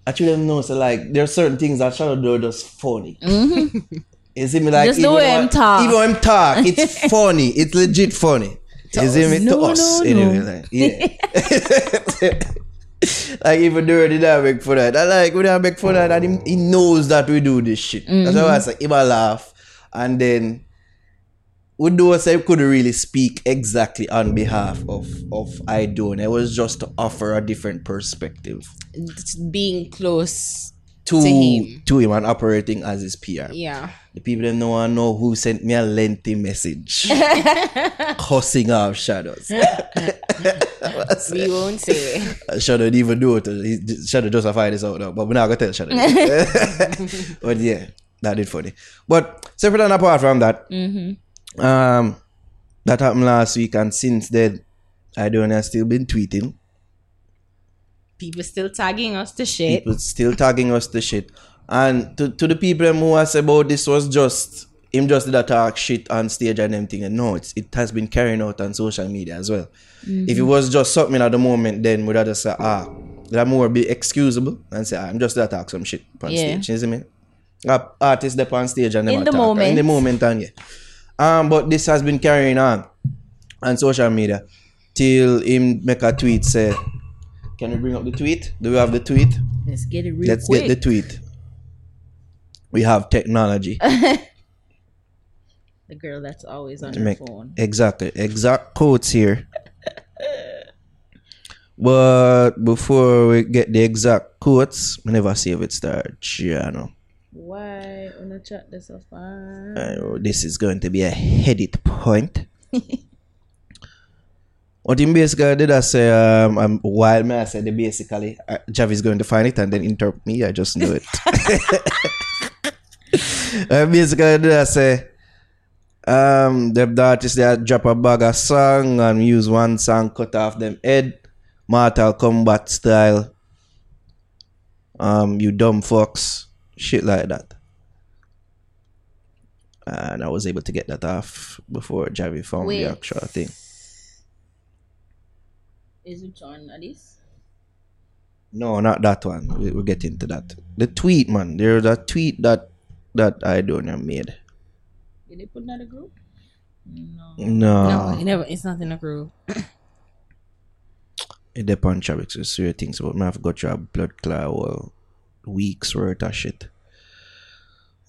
S2: actually, them know so like there are certain things that Shadow do just funny. you see me like
S4: Mm-hmm. Just the way
S2: when-
S4: him talk.
S2: Even him talk, it's funny. It's legit funny. You see me to
S5: No,
S2: us
S5: no,
S2: anyway.
S5: no.
S2: Like, yeah. Like even though they don't make fun of it. I like we don't make fun of it and he, he knows that we do this shit. That's why I say he will laugh. And then we do say we couldn't really speak exactly on behalf of of I do. And it was just to offer a different perspective
S3: Just being close.
S2: to,
S3: To him.
S2: to him and operating as his PR.
S3: Yeah.
S2: The people that know I know who sent me a lengthy message. cussing out shadows.
S3: We won't say.
S2: Shadow didn't even do it. He- Shadow just a find this out now, but we're not gonna tell Shadow. but yeah, that did funny. But separate and apart from that, um, that happened last week, and since then, I don't. I still been tweeting.
S3: People still tagging us to shit.
S2: People still tagging us to shit, and to to the people them who asked about this was just him just did a talk shit on stage and everything. And no, it's, it has been carrying out on social media as well. If
S4: Mm-hmm.
S2: it was just something at the moment, then we'd have just say, ah, that more be excusable and say, ah, I'm just that talk some shit on
S4: Yeah.
S2: stage, isn't it? Uh, artist up on stage and them
S4: In the
S2: attack, In the moment, and yeah. Um, but this has been carrying on on social media till him make a tweet say, can we bring up the tweet? Do we have the tweet?
S5: Let's get it real
S2: Let's
S5: quick.
S2: get the tweet. We have technology.
S5: the girl that's always on
S2: to
S5: her
S2: make-
S5: phone.
S2: Exactly. Exact quotes here. but before we get the exact quotes, we never save it start channel.
S5: Why on a chat this off?
S2: Uh, this is going to be a headed point. What in basically did I say? Um, um while may I said it basically, uh, Javi is going to find it and then interrupt me. I just knew it. I basically did I say um them the artists they drop a bag of song and use one song cut off them head Mortal Kombat style um you dumb fucks shit like that and I was able to get that off before Javi found
S4: Wait.
S2: the actual thing
S4: Is it John Addis?
S2: no not that one we, we'll get into that the tweet man there's a tweet that that I don't know made
S5: Did they put another group?
S2: no,
S3: No, you never. It's not in a group.
S2: It depends, Chavix. There's certain things, but man, I've got your blood clot or weeks worth of shit.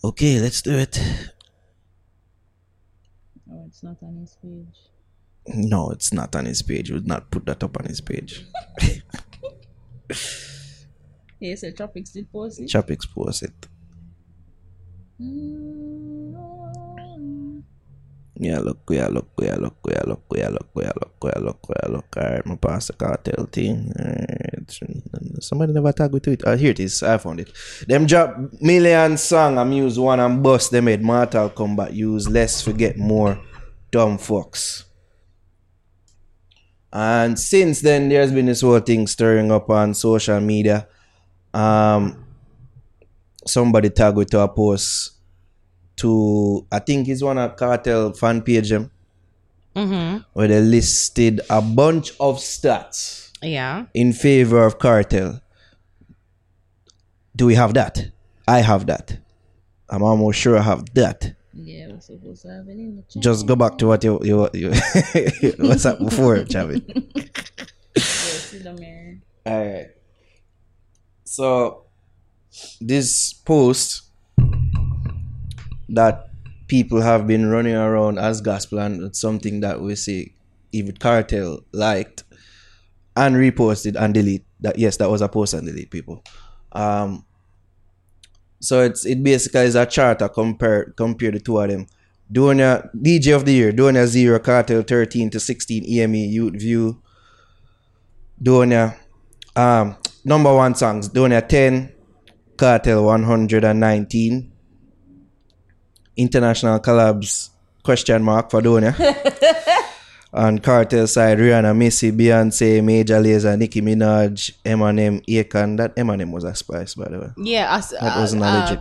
S2: Okay, let's do it.
S5: Oh, it's not on his page.
S2: No, it's not on his page. We would not put that up on his page.
S5: Yes, the topics did post it.
S2: Chapix post it. Yeah, look, yeah, look, yeah, look, yeah, look, yeah, look, yeah, look, yeah, look, yeah, look. All right, my pass the cartel thing. All right. Somebody never tag with it. Uh, here it is. I found it. Them drop million song. I'm use one and bust them head. Mortal Kombat use less forget more. Dumb fucks. And since then, there's been this whole thing stirring up on social media. Um, somebody tag with our post to I think it's one of cartel fan page them where they listed a bunch of stats
S3: Yeah.
S2: in favor of cartel. Do we have that? I have that. I'm almost sure I have that.
S5: Yeah, we're supposed to have it in the chat.
S2: Just go back to what you you, you what's up before, Chavi.
S5: See the mirror.
S2: Alright. So this post that people have been running around as gospel and it's something that we see even cartel liked and reposted and delete that yes that was a post and delete people um so it's it basically is a chart to compare compare the two of them Donia DJ of the year Donia 0 cartel 13 to 16 EME E, youth view Donia um, number one songs Donia 10, Cartel 119, International Collabs, question mark for Donia. On Cartel side, Rihanna, Missy, Beyonce, Major Lazer, Nicki Minaj, Eminem, Akon. That Eminem was a spice, by the way.
S3: Yeah. Us, uh,
S2: That wasn't a legit.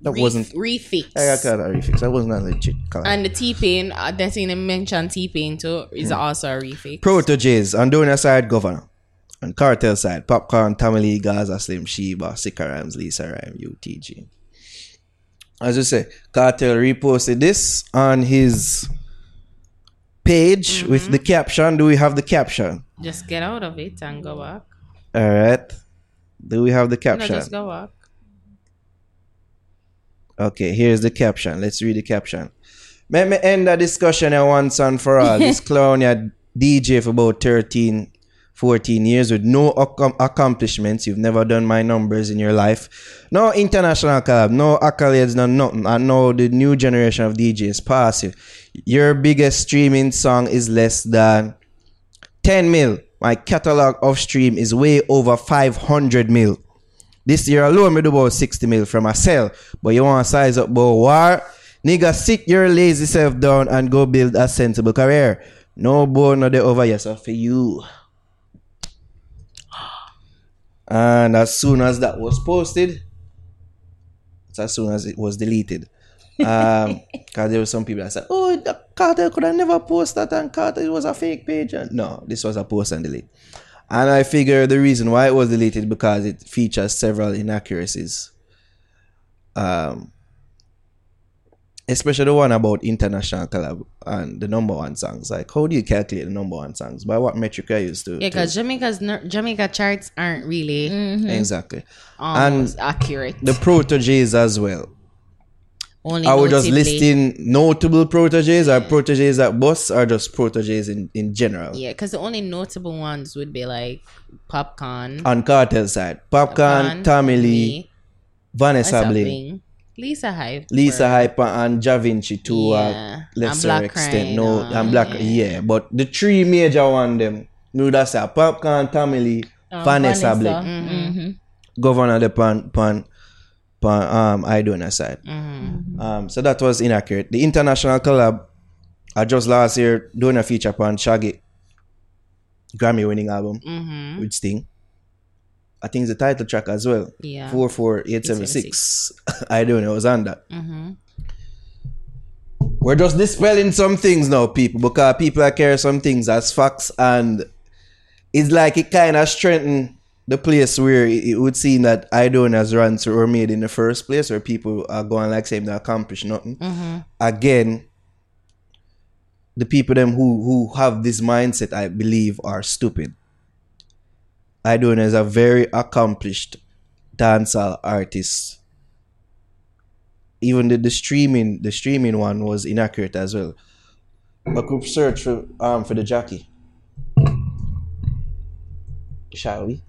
S2: That wasn't.
S3: refix.
S2: I got that refix. That wasn't a legit collab.
S3: And the T Pain, uh, that's in a mention T Pain too, is
S2: Hmm.
S3: also a refix.
S2: Protojays, on Donia side, Governor. On Cartel side, Popcorn, Tamale, Gaza, Slim, Sheba, Sika Rhymes, Lisa Rhyme, UTG. As you say, Cartel reposted this on his page with the caption. Do we have the caption?
S3: just get out of it and go back.
S2: All right. Do we have the
S3: No,
S2: caption?
S3: just go back.
S2: Okay, here's the caption. Let's read the caption. Let me end the discussion at once and for all. This clown had DJ for about 13, 14 years with no accom- accomplishments. You've never done my numbers in your life. No international collab, no accolades, no nothing. I know the new generation of DJs passive. Your biggest streaming song is less than 10 mil. My catalog of stream is way over 500 mil. This year alone, me do about 60 mil from a sell. But you want to size up about war? Nigga, sit your lazy self down and go build a sensible career. No bone or the over yourself for you. And as soon as that was posted, it's as soon as it was deleted. Um, because there were some people that said, Oh, the Carter could have never post that, and Carter it was a fake page. And No, this was a post and delete. And I figure the reason why it was deleted because it features several inaccuracies. Um, especially the one about international collab and the number one songs. Like, how do you calculate the number one songs? By what metric are you used to?
S3: Yeah, because Jamaica's ner- Jamaica charts aren't really
S2: to- exactly.
S3: almost accurate.
S2: Hmm. The proteges as well.
S3: Only
S2: Are we just
S3: notably.
S2: listing notable proteges or proteges that bust or just proteges in, in general?
S3: Yeah, because the only notable ones would be like Popcorn,
S2: On cartel side, Popcorn,
S3: Popcorn,
S2: Tommy Lee,
S3: Lee,
S2: Vanessa
S3: Lisa
S2: Bling,
S3: Bling, Lisa Hype,
S2: Lisa Hyper, and Ja Vinci to
S3: Yeah.
S2: a
S3: And
S2: lesser
S3: Black
S2: extent.
S3: Crane,
S2: No,
S3: um,
S2: and Black, yeah. But the three major one them, no, that's a
S3: Oh, Mm.
S5: Mm-hmm.
S4: Mm-hmm.
S2: Popcorn, Tommy Lee, Vanessa, Bling, Governor the Pan, Pan pon, um, I do on her side.
S3: Mm-hmm.
S2: Um, so that was inaccurate. The international collab, I just last year doing a feature on Shaggy, Grammy winning album with Sting. I think it's the title track as well.
S3: Yeah.
S2: 44876. I don't know. It was on that. We're just dispelling some things now, people, because people are carrying some things as facts, and it's like it kind of strengthen the place where it it would seem that I don't as run through or made in the first place, where people are going like saying they accomplish nothing. Again, the people them who who have this mindset, I believe, are stupid. I don't is a very accomplished dancehall artist even the, the streaming the streaming one was inaccurate as well. But could search for um for the jockey. Shall we?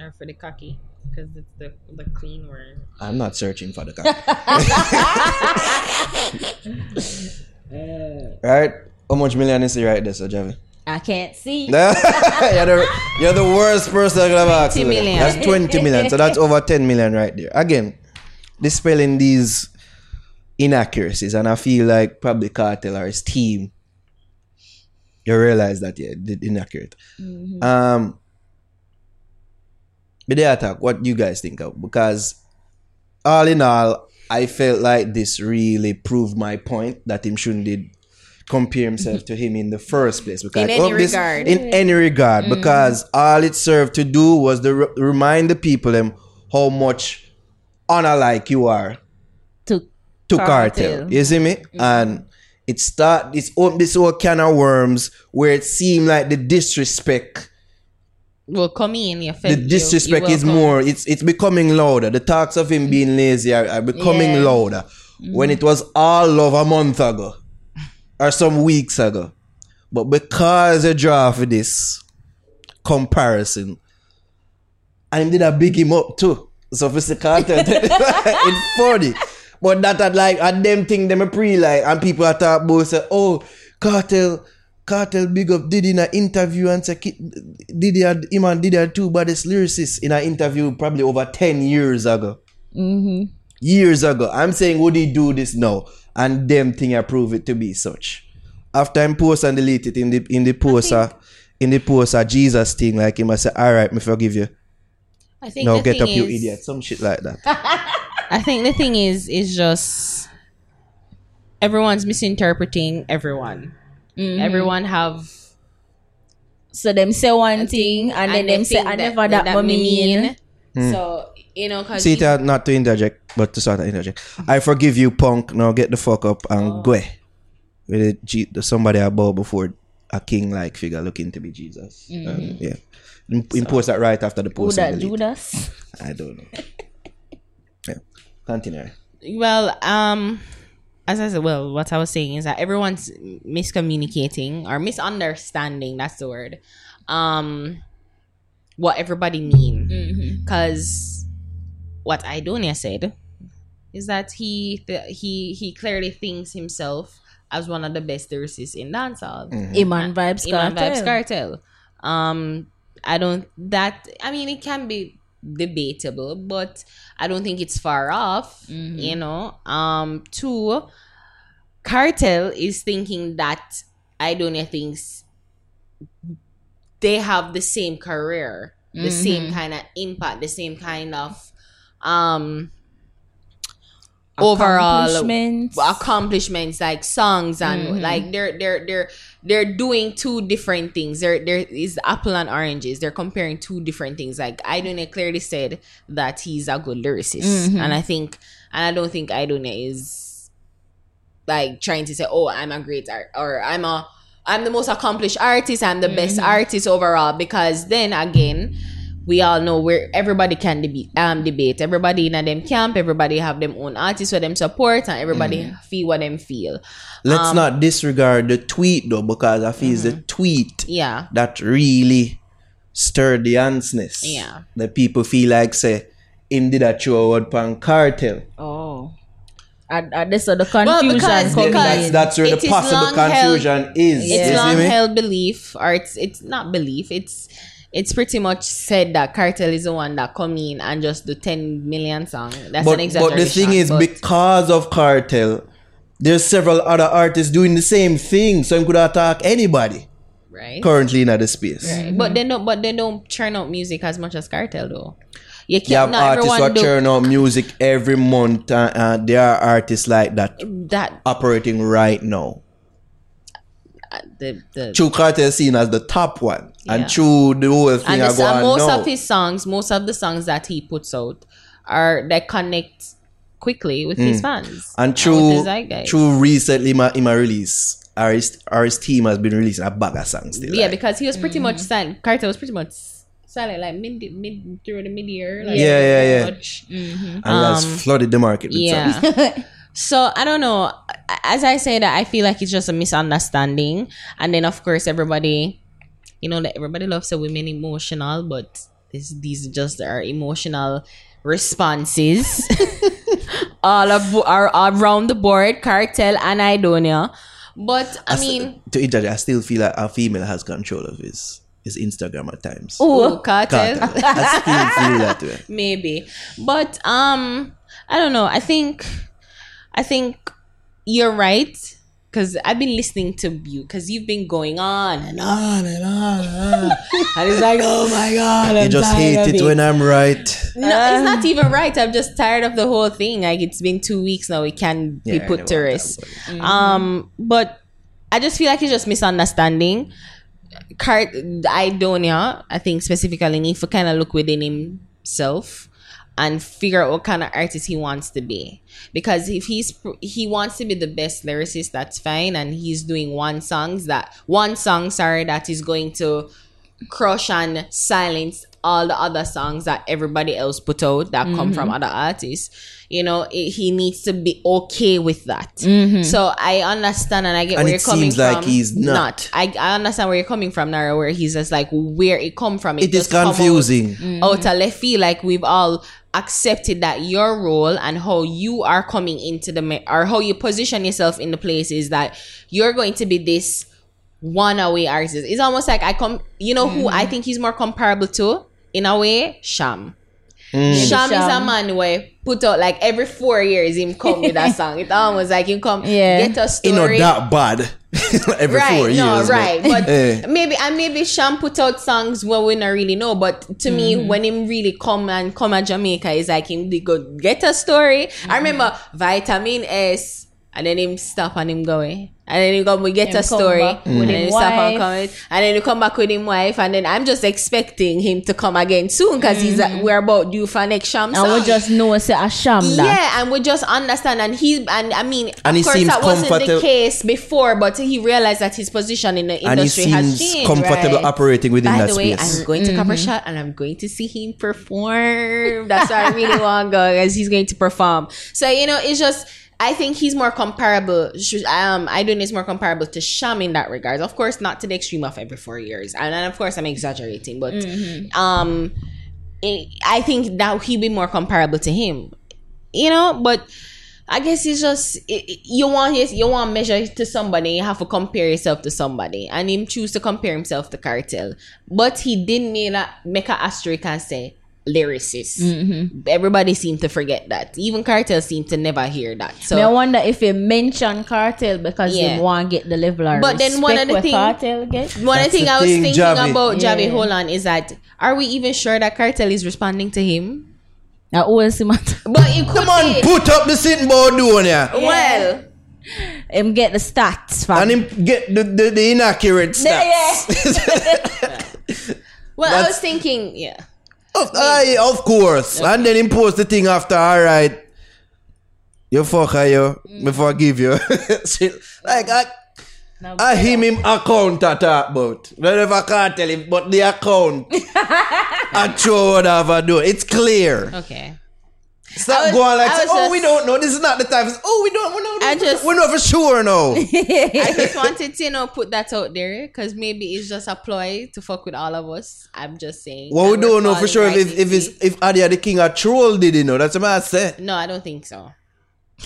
S3: Or for the cocky, because it's the the clean word.
S2: I'm not searching for the cock. right? How much million is it right there, Sir Javi?
S4: I can't see.
S2: you're, the, you're the worst person I could have asked.
S3: 20 million.
S2: That's 20 million. So that's over 10 million right there. Again, dispelling these inaccuracies. And I feel like probably Cartel or his team, you realize that, yeah, did inaccurate. Um, but they attack, what do you guys think of? Because all in all, I felt like this really proved my point that him shouldn't did compare himself to him in the first place. Because
S3: In any
S2: of this-
S3: regard. Mm.
S2: in any regard, because all it served to do was to re- remind the people them how much honor like you are
S4: To
S2: to cartel.
S4: Cartel.
S2: You see
S3: Mm.
S2: me? And it start this open this whole can of worms where it seemed like the disrespect
S3: Well, come in, you
S2: the disrespect is more it's it's becoming louder the talks of him being lazy are, are becoming
S4: Yeah.
S2: louder when it was all love a month ago or some weeks ago but because you draw for this comparison and him did a big him up too so for the cartel it's funny but that had like a them thing them a pre like and people are talk about say oh cartel Cartel big up Diddy in an interview and say ki- Diddy had him and Diddy had two baddest lyricists in an interview probably over ten years ago. Years ago, I'm saying would he do this now? And them thing I prove it to be such. After I'm post and delete it in the in the post uh, in the post uh, Jesus thing like him I say all right me forgive you.
S3: I think
S2: Now
S3: the
S2: get
S3: thing
S2: up you
S3: is-
S2: idiot some shit like that.
S3: I think the thing is, is just everyone's misinterpreting everyone.
S2: Mm-hmm.
S3: Everyone have
S4: So them say one thing and then them say
S3: think
S4: I never that,
S3: that
S4: mommy mean.
S3: So you know, cause
S2: Hmm. See
S3: you-
S2: it uh, not to interject but to sort of interject. I forgive you punk now get the fuck up
S3: Oh.
S2: and go. with a G- somebody I bow before a king like figure looking to be Jesus.
S3: Mm-hmm.
S2: Um, yeah. Im- Impose that right after the
S4: Who
S2: post.
S4: that
S2: and
S4: do
S2: delete.
S4: this?
S2: I don't know. yeah. Continue.
S3: well, um, as I said, well, what I was saying is that everyone's miscommunicating or misunderstanding. That's the word. Um, what everybody mean?
S5: Mm-hmm.
S3: because what Idonia said is that he th- he he clearly thinks himself as one of the best lyricists in dancehall.
S4: Iman vibes
S3: Iman
S4: cartel.
S3: Vibes Cartel. Um, I don't that. I mean, it can be debatable, but I don't think it's far off. You know. Um, two, Cartel is thinking that Idonia thinks they have the same career, the same kind of impact, the same kind of um overall
S4: Accomplishments.
S3: accomplishments like songs and like they're they're they're they're doing two different things there there is apple and oranges they're comparing two different things like iduna clearly said that he's a good lyricist and i think and i don't think iduna is like trying to say oh i'm a great art or i'm a i'm the most accomplished artist i'm the best artist overall because then again we all know where everybody can debate um debate everybody in a them camp everybody have them own artists where them support and everybody feel what them feel
S2: Let's
S3: Um,
S2: not disregard the tweet though, because I feel it's
S3: Mm-hmm.
S2: the tweet
S3: yeah
S2: that really stirred the antsness.
S3: Yeah.
S2: That people feel like say, him did a true word pan cartel.
S4: Oh. And, and this is the
S3: Well,
S4: confusion
S3: because-
S4: coming
S3: because-
S2: That's
S4: in.
S2: that's where
S3: It
S2: the
S3: is
S2: possible
S3: long held-
S2: confusion is.
S3: it's
S2: you see
S3: long
S2: me?
S3: held belief or it's it's not belief it's it's pretty much said that cartel is the one that come in and just do 10 million song. That's
S2: But,
S3: an
S2: but
S3: exaggeration.
S2: the thing is,
S3: but-
S2: because of cartel, there's several other artists doing the same thing, so I could attack anybody
S3: right?
S2: currently in the space.
S3: But they don't. But they don't churn out music as much as cartel though. You
S2: You have
S3: can't. Not
S2: artists
S3: everyone
S2: who
S3: do
S2: churn out music every month, uh, uh, there are artists like that
S3: that.
S2: operating right now.
S3: The, the,
S2: True Cartel seen as the top one,
S3: Yeah.
S2: and True the whole thing
S3: and
S2: are
S3: the,
S2: going
S3: most
S2: now.
S3: of his songs, most of the songs that he puts out, are they connect quickly with his fans.
S2: Hmm. And
S3: with
S2: True,
S3: the zeitgeist.
S2: True recently in my, in my release, our, his- our his team has been releasing a bag of songs still.
S3: yeah,
S2: like.
S3: because he was pretty much silent. Cartel was pretty much silent, like mid mid through the mid year. Like,
S2: Yeah, yeah, yeah.
S3: pretty much.
S2: and that's flooded the market. With songs.
S3: Mm-hmm. Um, Yeah. so I don't know. As I say that, I feel like it's just a misunderstanding, and then of course everybody, you know, that everybody loves the women emotional, but this, these just are emotional responses all of, are around the board. Cartel and Idonia, but I,
S2: s-
S3: mean,
S2: to interject, I still feel like a female has control of his his Instagram at times.
S3: ooh, cartel.
S2: Cartel. I still feel that way.
S3: maybe but um i don't know i think i think you're right because i've been listening to you because you've been going on and on and on and on and it's like oh my god
S2: You
S3: I'm
S2: just
S3: tired
S2: hate
S3: of
S2: it when I'm right.
S3: no, it's not even right i'm just tired of the whole thing like it's been two weeks now it can
S2: Yeah, I
S3: be
S2: know
S3: put
S2: what
S3: to
S2: that
S3: rest um but i just feel like it's just misunderstanding Cart Idonia, I think specifically need to kind of look within himself and figure out what kind of artist he wants to be. Because if he's pr- he wants to be the best lyricist, that's fine, and he's doing one songs that one song, sorry, that is going to crush and silence all the other songs that everybody else put out that come from other artists. You know, it, he needs to be okay with that. So I understand and I get
S2: And
S3: where
S2: it
S3: you're coming
S2: seems like
S3: from.
S2: he's not.
S3: I, I understand where you're coming from, Nara, where he's just like where it come from.
S2: It is
S3: just come Mm. Oh, out-
S2: confusing.
S3: Out of left field, like we've all accepted that your role and how you are coming into the ma- or how you position yourself in the place is that you're going to be this one away artist. It's almost like I come, you know, who
S4: Mm.
S3: I think he's more comparable to in a way, Sham.
S2: Mm.
S3: Sham, is a
S4: Sham.
S3: man where put out like every four years him come with that song. It almost like him come
S4: Yeah.
S3: get a
S2: It
S3: story
S2: not that bad. Every
S3: right,
S2: four years.
S3: no, right. But
S2: Eh.
S3: maybe and maybe Sham put out songs where we not really know. But to me,
S4: Mm-hmm.
S3: when him really come and come at Jamaica, it's like him they go get a story.
S4: Mm-hmm.
S3: I remember Vitamin S. And then him stop and him going. And then he come we get
S4: Him
S3: a
S4: come
S3: story.
S4: back
S2: Mm.
S4: with
S3: And then
S4: him
S3: he stop and
S4: wife.
S3: come in. And then he come back with him wife. And then I'm just expecting him to come again soon because he's
S4: Mm-hmm.
S3: like, we're about due for next Sham
S4: And
S3: song.
S4: we just know say a sham that.
S3: Yeah, and we just understand, and he and I mean,
S2: And
S3: of
S2: he
S3: course
S2: seems
S3: that wasn't the
S2: comfortable-
S3: case before, but he realized that his position in the
S2: And he
S3: industry has
S2: seems
S3: changed.
S2: comfortable
S3: right?
S2: operating within
S3: By
S2: that
S3: the way,
S2: space.
S3: I'm going to cover shot and I'm going to see him perform. That's what I really want, guys. He's going to perform. So you know, it's just. I think he's more comparable. sh- Um, Idun is more comparable to Sham in that regard. Of course, not to the extreme of every four years, and, and of course, I'm exaggerating, but um, it, I think that he'd be more comparable to him, you know. But I guess it's just it, it- you want his, you want to measure it to somebody. You have to compare yourself to somebody, and him choose to compare himself to Cartel. But he didn't make a make a asterisk and say lyricist. Everybody seemed to forget that. Even Cartel seemed to never hear that. So
S4: Me I wonder if he mention cartel because
S3: Yeah.
S4: he want get the level of
S3: But then one
S4: respect
S3: of the
S4: what
S3: thing-
S4: cartel get.
S3: one
S2: That's
S3: of the things
S2: the
S3: I was
S2: thing,
S3: thinking
S2: Javi.
S3: about Javi
S4: Yeah.
S3: hold on, is that are we even sure that Cartel is responding to him?
S4: Now who else him at-
S3: But it could
S2: Come on,
S3: be-
S2: put up the sitting board doing ya.
S3: well.
S4: him get the stats from
S2: And him get the, the, the inaccurate stats.
S3: Well, I
S2: That's-
S3: was thinking, yeah.
S2: Of, aye, of course. And then impose the thing after, all right. You fucker, you.
S3: Mm.
S2: Me forgive you. Shit. like, I, I him him account I talk about. Well, if I can't tell him, but the account. I show what I do. It's clear.
S3: Okay. I
S2: Stop
S3: was-
S2: going like,
S3: I was
S2: oh, we
S3: just-
S2: don't know. This is not the time. It's, oh, we don't. We're not,
S3: I just-
S2: we're not for sure now.
S3: I just wanted to, you know, put that out there because maybe it's just a ploy to fuck with all of us. I'm just saying.
S2: what we
S3: And we're
S2: don't know for
S3: falling
S2: sure
S3: right
S2: if, if,
S3: into
S2: if,
S3: it.
S2: if Adia the King a troll did, you know. That's what I said.
S3: No, I don't think so.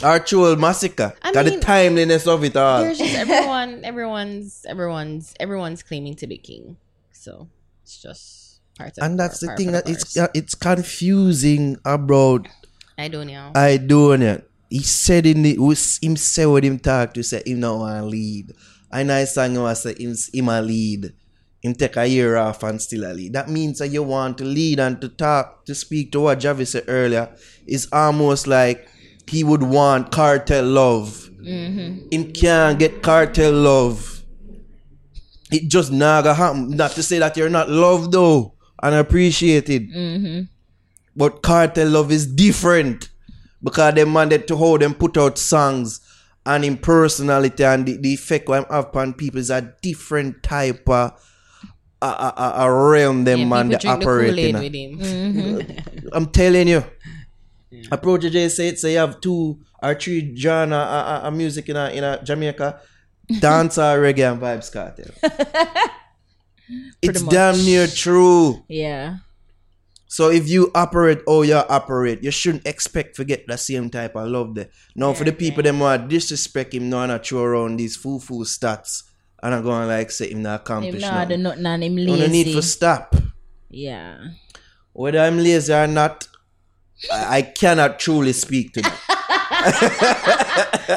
S2: Our troll massacre.
S3: I
S2: Got the
S3: mean,
S2: timeliness of it all.
S3: There's just everyone, everyone's, everyone's, everyone's claiming to be king. So it's just. part of
S2: And that's the
S3: par- par
S2: thing
S3: for
S2: that
S3: the
S2: it's
S3: course.
S2: it's confusing about
S3: I don't know.
S2: I doing it. He said in the was- him say what him talk to say him not want lead. And I sang him I say him, him a lead. Him take a year off and still a lead. That means that you want to lead and to talk to speak to what Javis said earlier is almost like he would want cartel love. Him can't get cartel love. It just not gonna happen. Not to say that you're not loved though and appreciated. But cartel love is different because them man that to how them put out songs and in personality and the, the effect what them have upon people is a different type of a, a, a- a realm them
S3: Yeah,
S2: man
S3: people
S2: that
S3: drink the
S2: operate
S3: Kool-Aid
S2: in.
S3: with him.
S2: I'm telling you. A protege say it say you have two or three genre a, a, a music in a, in a Jamaica, dance or reggae and vibes cartel. it's damn near true.
S4: Yeah.
S2: So if you operate or you operate, you shouldn't expect to get the same type of love there. Now for the people them who are disrespect him now and not throw around these foo foo stats and I go and like say him not accomplish
S4: Him not do
S2: nothing.
S4: nothing and him
S2: You
S4: lazy.
S2: no need to stop.
S4: yeah.
S2: Whether I'm lazy or not, I, I cannot truly speak to that.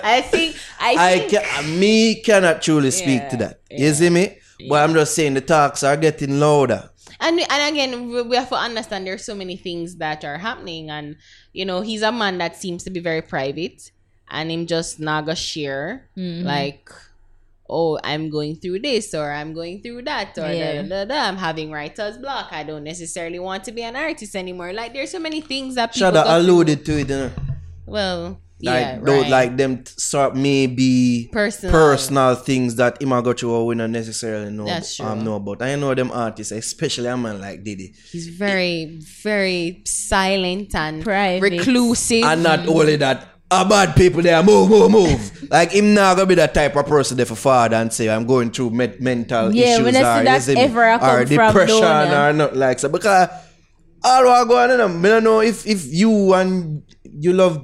S3: I think I
S2: I
S3: think
S2: can me cannot truly speak to that. You see me? But I'm just saying the talks are getting louder.
S3: and we- and again we, we have to understand there's so many things that are happening and you know he's a man that seems to be very private and him just not gonna share
S4: Mm-hmm.
S3: like oh i'm going through this or i'm going through that or
S4: Yeah.
S3: da, da, da, da, i'm having writer's block i don't necessarily want to be an artist anymore like there's so many things that people
S2: Shada
S3: go through.
S2: alluded to it. You know?
S3: well
S2: Like
S3: yeah,
S2: don't
S3: right.
S2: like them t- sort maybe
S3: Personal.
S2: personal things that him got you we not necessarily know
S3: That's
S2: um,
S3: true.
S2: know about. I know them artists, especially a man like Diddy.
S3: he's very very silent and
S4: Private.
S3: reclusive
S2: And not only that, a bad people there move, move, move. like him not gonna be that type of person there for father and say I'm going through med- mental
S4: Yeah,
S2: issues
S4: when I see
S2: or,
S4: that
S2: you see me,
S4: ever I
S2: or
S4: come from,
S2: depression
S4: don't I?
S2: or not like so because all what go on in them. I don't know if if you and you love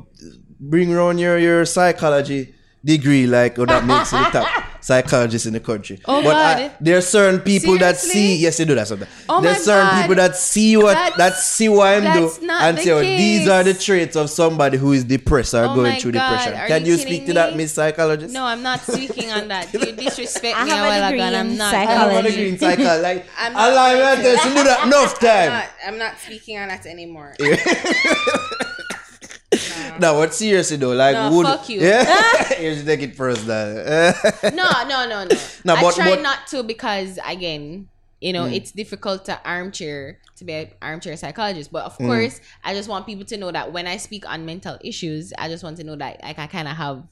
S2: bring around your your psychology degree like or that makes it the top psychologist in the country.
S3: Oh,
S2: but
S3: God.
S2: I, there are certain people that see
S3: Seriously?
S2: yes they do that sometimes.
S3: Oh,
S2: there are
S3: my
S2: certain
S3: God.
S2: people that see what
S3: That's-
S2: that see what I'm
S3: that's
S2: doing
S3: not
S2: and
S3: the
S2: say oh, these are the
S3: case.
S2: traits of somebody who is depressed or
S3: Oh
S2: going
S3: my
S2: through
S3: God,
S2: depression.
S3: are
S2: Can
S3: you
S2: you speak to
S3: kidding
S2: that,
S3: me?
S2: Miss Psychologist?
S3: no i'm not speaking on that you disrespect
S4: I
S3: me a
S4: have a
S3: while ago
S4: degree
S3: and i'm
S4: in
S3: not
S2: I have a
S4: psychology.
S2: green cycle. Like,
S3: I'm not
S2: allow me
S3: going
S2: to
S3: to.
S2: test, you do that enough time.
S3: not- I'm not speaking on that anymore.
S2: No, but seriously though, like,
S3: No,
S2: would
S3: fuck you.
S2: yeah, you take it first, then.
S3: no, no, no, no.
S2: No,
S3: I
S2: but-
S3: try
S2: but- Hmm.
S3: not to because again, you know, it's difficult to armchair to be an armchair psychologist. But
S2: Hmm.
S3: of course, I just want people to know that when I speak on mental issues, I just want to know that like I kind of have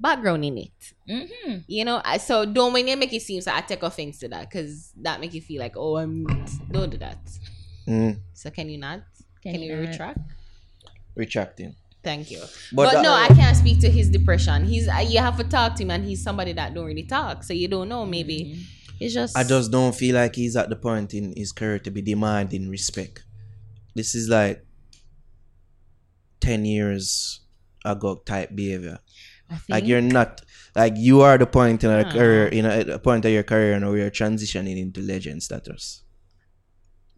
S3: background in it. Mm-hmm. You know, I, so don't when they make it seem so I take offense to that because that make you feel like oh I'm don't do that.
S2: Mm,
S3: So can you not?
S4: Can
S3: Can,
S4: you
S3: you
S4: not?
S3: retract?
S2: retracting.
S3: Thank you.
S2: But uh,
S3: But,
S2: that-
S3: no, I can't speak to his depression. He's uh, you have to talk to him, and he's somebody that don't really talk, so you don't know. Maybe
S4: Mm-hmm.
S3: it's just
S2: I just don't feel like he's at the point in his career to be demanding respect. This is like ten years ago type behavior.
S4: I think.
S2: Like you're not like you are the point in a career in a, at a point of your career now where you're transitioning into legend status.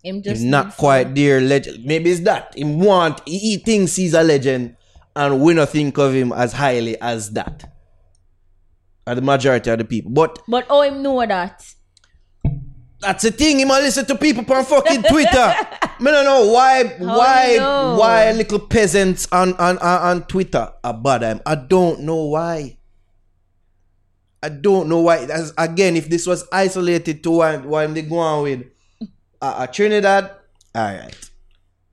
S4: him
S2: He's
S4: just
S2: not
S4: needs
S2: quite there legend. Maybe it's that. He want he, he thinks he's a legend and we not think of him as highly as that. Are the majority of the people. But
S4: to- But oh, him know that.
S2: that's the thing, he might listen to people on fucking Twitter. Me don't know why why
S4: you know?
S2: why little peasants on on on, on Twitter are bad him. I don't know why. I don't know why. As, again, if this was isolated to one one they go on with uh, uh, Trinidad, all right.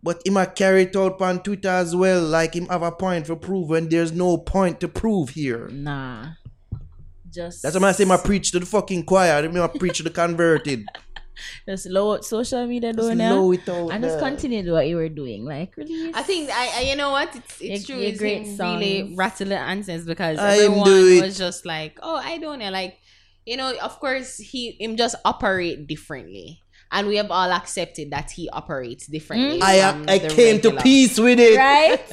S2: But him a carry it out on Twitter as well, like him have a point for prove when there's no point to prove here.
S4: Nah. Just
S2: That's why I say I preach to the fucking choir. I preach to the converted.
S4: just low out social media
S2: Just
S4: though now.
S2: low it out
S4: And just
S2: there.
S4: continue what you were doing. Like really
S3: I think I, I you know what it's, it's
S4: Your-
S3: true.
S4: your
S3: It's
S4: great
S3: him really
S4: songs.
S3: rattle the answers because
S2: I him
S3: everyone
S2: do it.
S3: was just like, oh, I don't know, like you know. Of course, he him just operate differently, and we have all accepted that he operates
S4: Hmm?
S3: differently.
S2: I uh,
S3: from
S2: I
S3: the
S2: came to
S3: regular.
S2: peace with it.
S4: Right?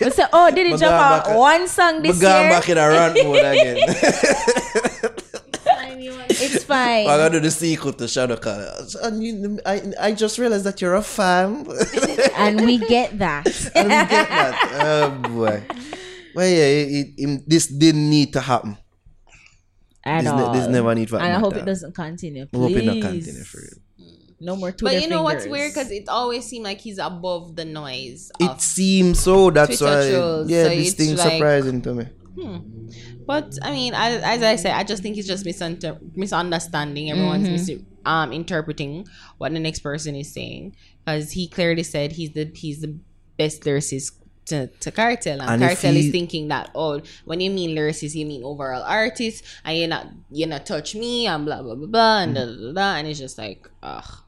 S4: we say, oh, did he
S2: But
S4: drop
S2: going
S4: out
S2: back-
S4: one song
S2: We're
S4: this
S2: going
S4: year?
S2: back in a rant mode again.
S4: It's it's fine.
S2: I'm gonna do the sequel to Shadow Color. And you, I, I just realized that you're a fan.
S4: and we get that.
S2: And we get that. Oh boy. Well, yeah, it, it, it- this didn't need to happen.
S4: At
S2: This, ne-
S4: all.
S2: this never need to happen.
S4: and I
S2: like
S4: hope
S2: that.
S4: it doesn't continue.
S2: I
S4: Please.
S2: hope it not continue for real.
S4: No more Twitter
S3: But you know what's
S4: fingers.
S3: weird? Because it always seemed like he's above the noise.
S2: It
S3: Of,
S2: seems so. That's
S3: Twitter
S2: why.
S3: trolls,
S2: yeah,
S3: so
S2: this
S3: it's
S2: thing's
S3: like-
S2: surprising to me.
S3: but I mean, I, as I said, I just think it's just misunter- misunderstanding. Everyone's
S2: Mm-hmm.
S3: mis- um interpreting what the next person is saying because he clearly said he's the he's the best lyricist. To, to cartel and,
S2: And if
S3: cartel
S2: he-
S3: is thinking that oh when you mean lyricist you mean overall artist and you're not you're not touch me and blah blah blah blah
S2: Mm.
S3: and da, da, da, da, and it's just like ugh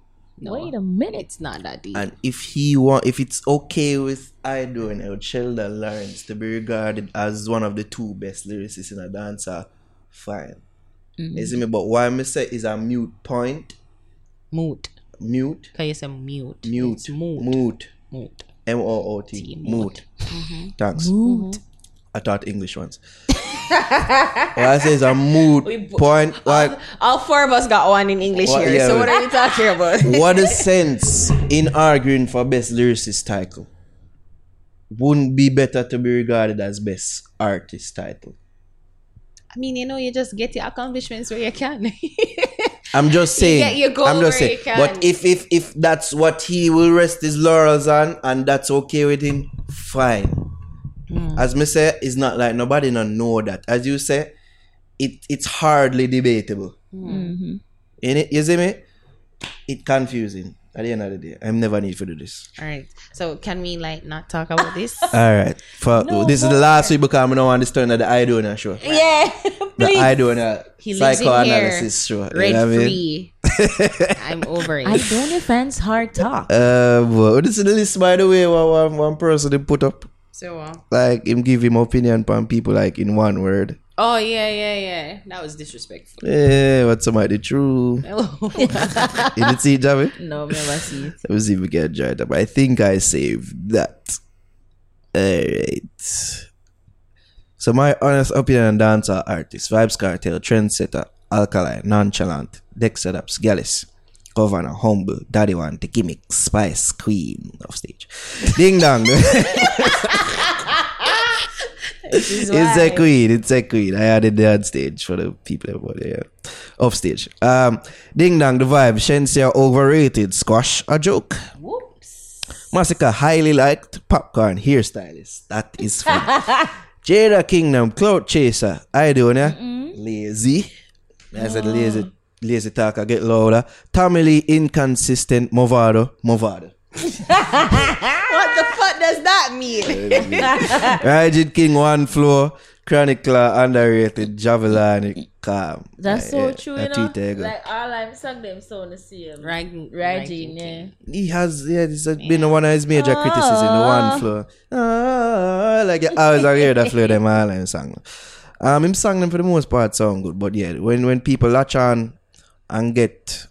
S3: no,
S5: Wait a minute.
S3: it's not that deep
S2: And if he want, if it's okay with I doing El Sheldon Lawrence to be regarded as one of the two best lyricists in a dancer, fine.
S3: Mm.
S2: You see me, but why me say is a mute point,
S3: mood
S2: mute,
S3: Can you say mute?
S2: mute,
S3: It's mood.
S2: mute,
S3: Mood.
S2: M O O T, mute.
S3: Mm-hmm.
S2: Thanks. I taught English once. what I say is a mood point. Like
S3: All four of us got one in English
S2: What-
S3: here.
S2: yeah,
S3: so
S2: we-
S3: what are we talking about?
S2: what a sense in arguing for best lyricist title wouldn't be better to be regarded as best artist title
S3: I mean, you know, you just get your accomplishments where you can.
S2: i'm just saying
S3: get your goal
S2: i'm just
S3: where
S2: saying
S3: you can.
S2: but if if if that's what he will rest his laurels on and that's okay with him fine
S3: Hmm.
S2: as me say it's not like nobody not know that as you say it it's hardly debatable
S3: Hmm.
S2: in it you see me it confusing at the end of the day i'm never need to do this
S3: All right. So can we like not talk about this?
S2: All right. For, this is the last week because I'm not on this turn of the I do not show.
S4: Yeah.
S2: The I do not
S3: He lives in
S2: psychoanalysis show. You
S3: Red
S2: know what I mean?
S3: free. I'm over it.
S4: I don't offense hard talk.
S2: Uh, well, this is the list, by the way, what one, one person they put up.
S3: so uh,
S2: Like, him give him opinion on people, like, in one word.
S3: Oh yeah, yeah, yeah. That was disrespectful.
S2: Yeah, Eh, what's somebody true?
S3: Hello.
S2: Did you see, Javi?
S4: No, never see it.
S2: Let me see if we get dried up. I think I saved that. Alright. So my honest opinion on dancer artist, Vibes Cartel, Trendsetter, Alkaline, Nonchalant, Dex Setups, Gallus, Governor, Humble, Daddy One, The Gimmick, Spice, Queen, off stage. Ding dong. it's a queen. It's a queen. I added the on stage for the people about there. Off stage. Um, ding dong. The vibe. Shensia overrated. Squash a joke. Whoops. Massacre highly liked. Popcorn hairstylist. That is fun. Jada Kingdom clout chaser. I don't know. Lazy. I said lazy. Lazy talker get louder. Tommy Lee inconsistent. Movado. Movado.
S3: what the fuck does that mean?
S2: Rigid King one floor, Chronicler underrated, Javelin calm.
S4: That's
S2: Uh,
S4: so
S2: yeah,
S4: true,
S2: I
S4: you know.
S2: tweeted ago.
S4: Like all I'm saying them so to see him.
S3: Right,
S4: Reggie, yeah.
S2: he has yeah, this has been one of his major
S4: Ah.
S2: criticism. The one floor, ah, like yeah, I was hear that floor them all and song. Um, him sang them for the most part sound good, but yeah, when when people latch on and get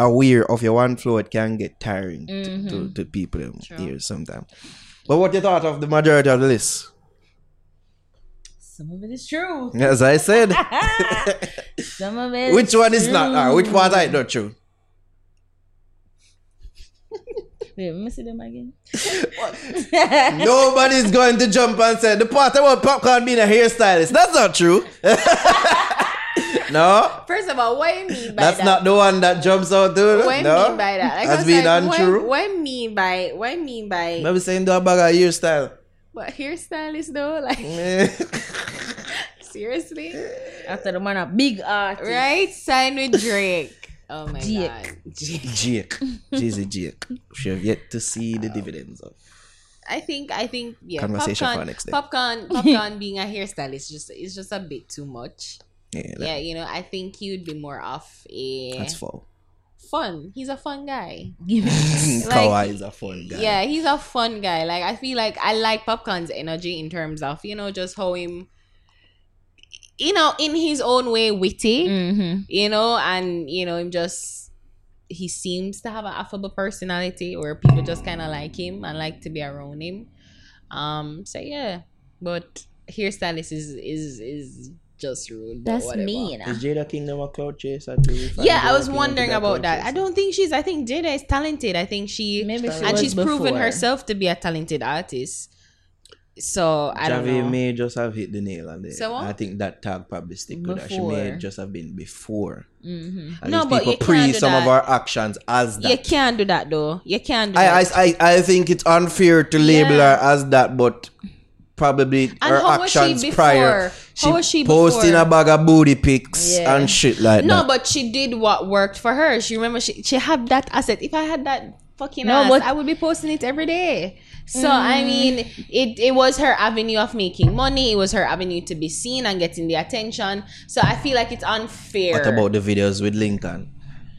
S2: aware of your one floor, it can get tiring to-
S4: Mm-hmm.
S2: to, to, people in ears sometimes. But what you thought of the majority of the list?
S4: Some of it is true.
S2: As I said.
S4: Some of it.
S2: Which one is not? Ah, which part I not true?
S4: Wait, let me see them again.
S2: Nobody's going to jump and say the part about popcorn being a hairstylist. That's not true. no,
S3: First of all, what do you mean by
S2: that's
S3: that?
S2: not the one that jumps out. Dude.
S3: what do you
S2: no,
S3: mean by that? Like, I
S2: that's
S3: was
S2: being
S3: like,
S2: untrue.
S3: What, what do you mean by what do you mean by
S2: Maybe saying do a bag of hairstyle.
S3: what hairstylist though? Like
S2: Eh.
S3: seriously?
S4: After the man a big artist.
S3: Right? Sign with Drake. Oh my
S4: Jake.
S3: god. Jake.
S2: Jake, Jay-Z Jake. We have yet to see the dividends of.
S3: I think I think yeah.
S2: Conversation for
S3: popcorn,
S2: next day.
S3: popcorn popcorn being a hairstylist just it's just a bit too much.
S2: Yeah, that-
S3: Yeah, you know, I think he would be more of a
S2: that's foul.
S3: fun. He's a fun guy.
S2: Kawhi is a fun guy.
S3: Yeah, he's a fun guy. Like I feel like I like Popcorn's energy in terms of, you know, just how him you know, in his own way witty.
S4: Mm-hmm.
S3: you know, and you know him just he seems to have an affable personality where people just kind of like him and like to be around him. Um, so yeah, but hairstylist is is is just rude. but
S4: That's
S3: whatever.
S4: mean.
S2: Is Jada Kingdom a cloud chase? At the
S3: Yeah, I was wondering about that. I don't think she's. I think Jada is talented. I think she
S4: Maybe she
S3: and
S4: was
S3: she's proven
S4: before.
S3: herself to be a talented artist. So I don't
S2: Javi
S3: know.
S2: may just have hit the nail on the head.
S3: So what?
S2: I think that tag probably stick with her. She may
S3: Before.
S2: just have been before. Mm-hmm.
S3: No, but you can't
S2: pre
S3: do
S2: some of
S3: that.
S2: our actions as that.
S3: You can't do that though. You can't do
S2: I,
S3: that.
S2: I, I, I think it's unfair to label her as that, but probably her
S3: how was she
S2: actions
S3: before?
S2: prior.
S3: How was she
S2: posting
S3: before?
S2: a bag of booty pics
S4: Yeah.
S2: and shit like
S3: no,
S2: that.
S3: but she did what worked for her. She remember she she had that asset. If I had that fucking
S4: No,
S3: ass,
S4: but- Mm.
S3: I would be posting it every day. So I mean, it it was her avenue of making money. It was her avenue to be seen and getting the attention. So I feel like it's unfair.
S2: what about the videos with Lincoln?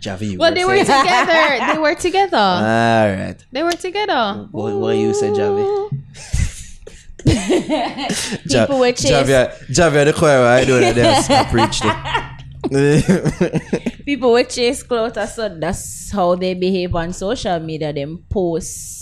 S2: Javi,
S3: Well, they were together. they were
S2: All
S3: together.
S2: right.
S3: They were together.
S2: What, what you say, Javi? Ja-
S4: People were chased-
S2: Javi, Javi, the choir, I do that dance. I preached it.
S4: People with chase clothes, so that's how they behave on social media. Them post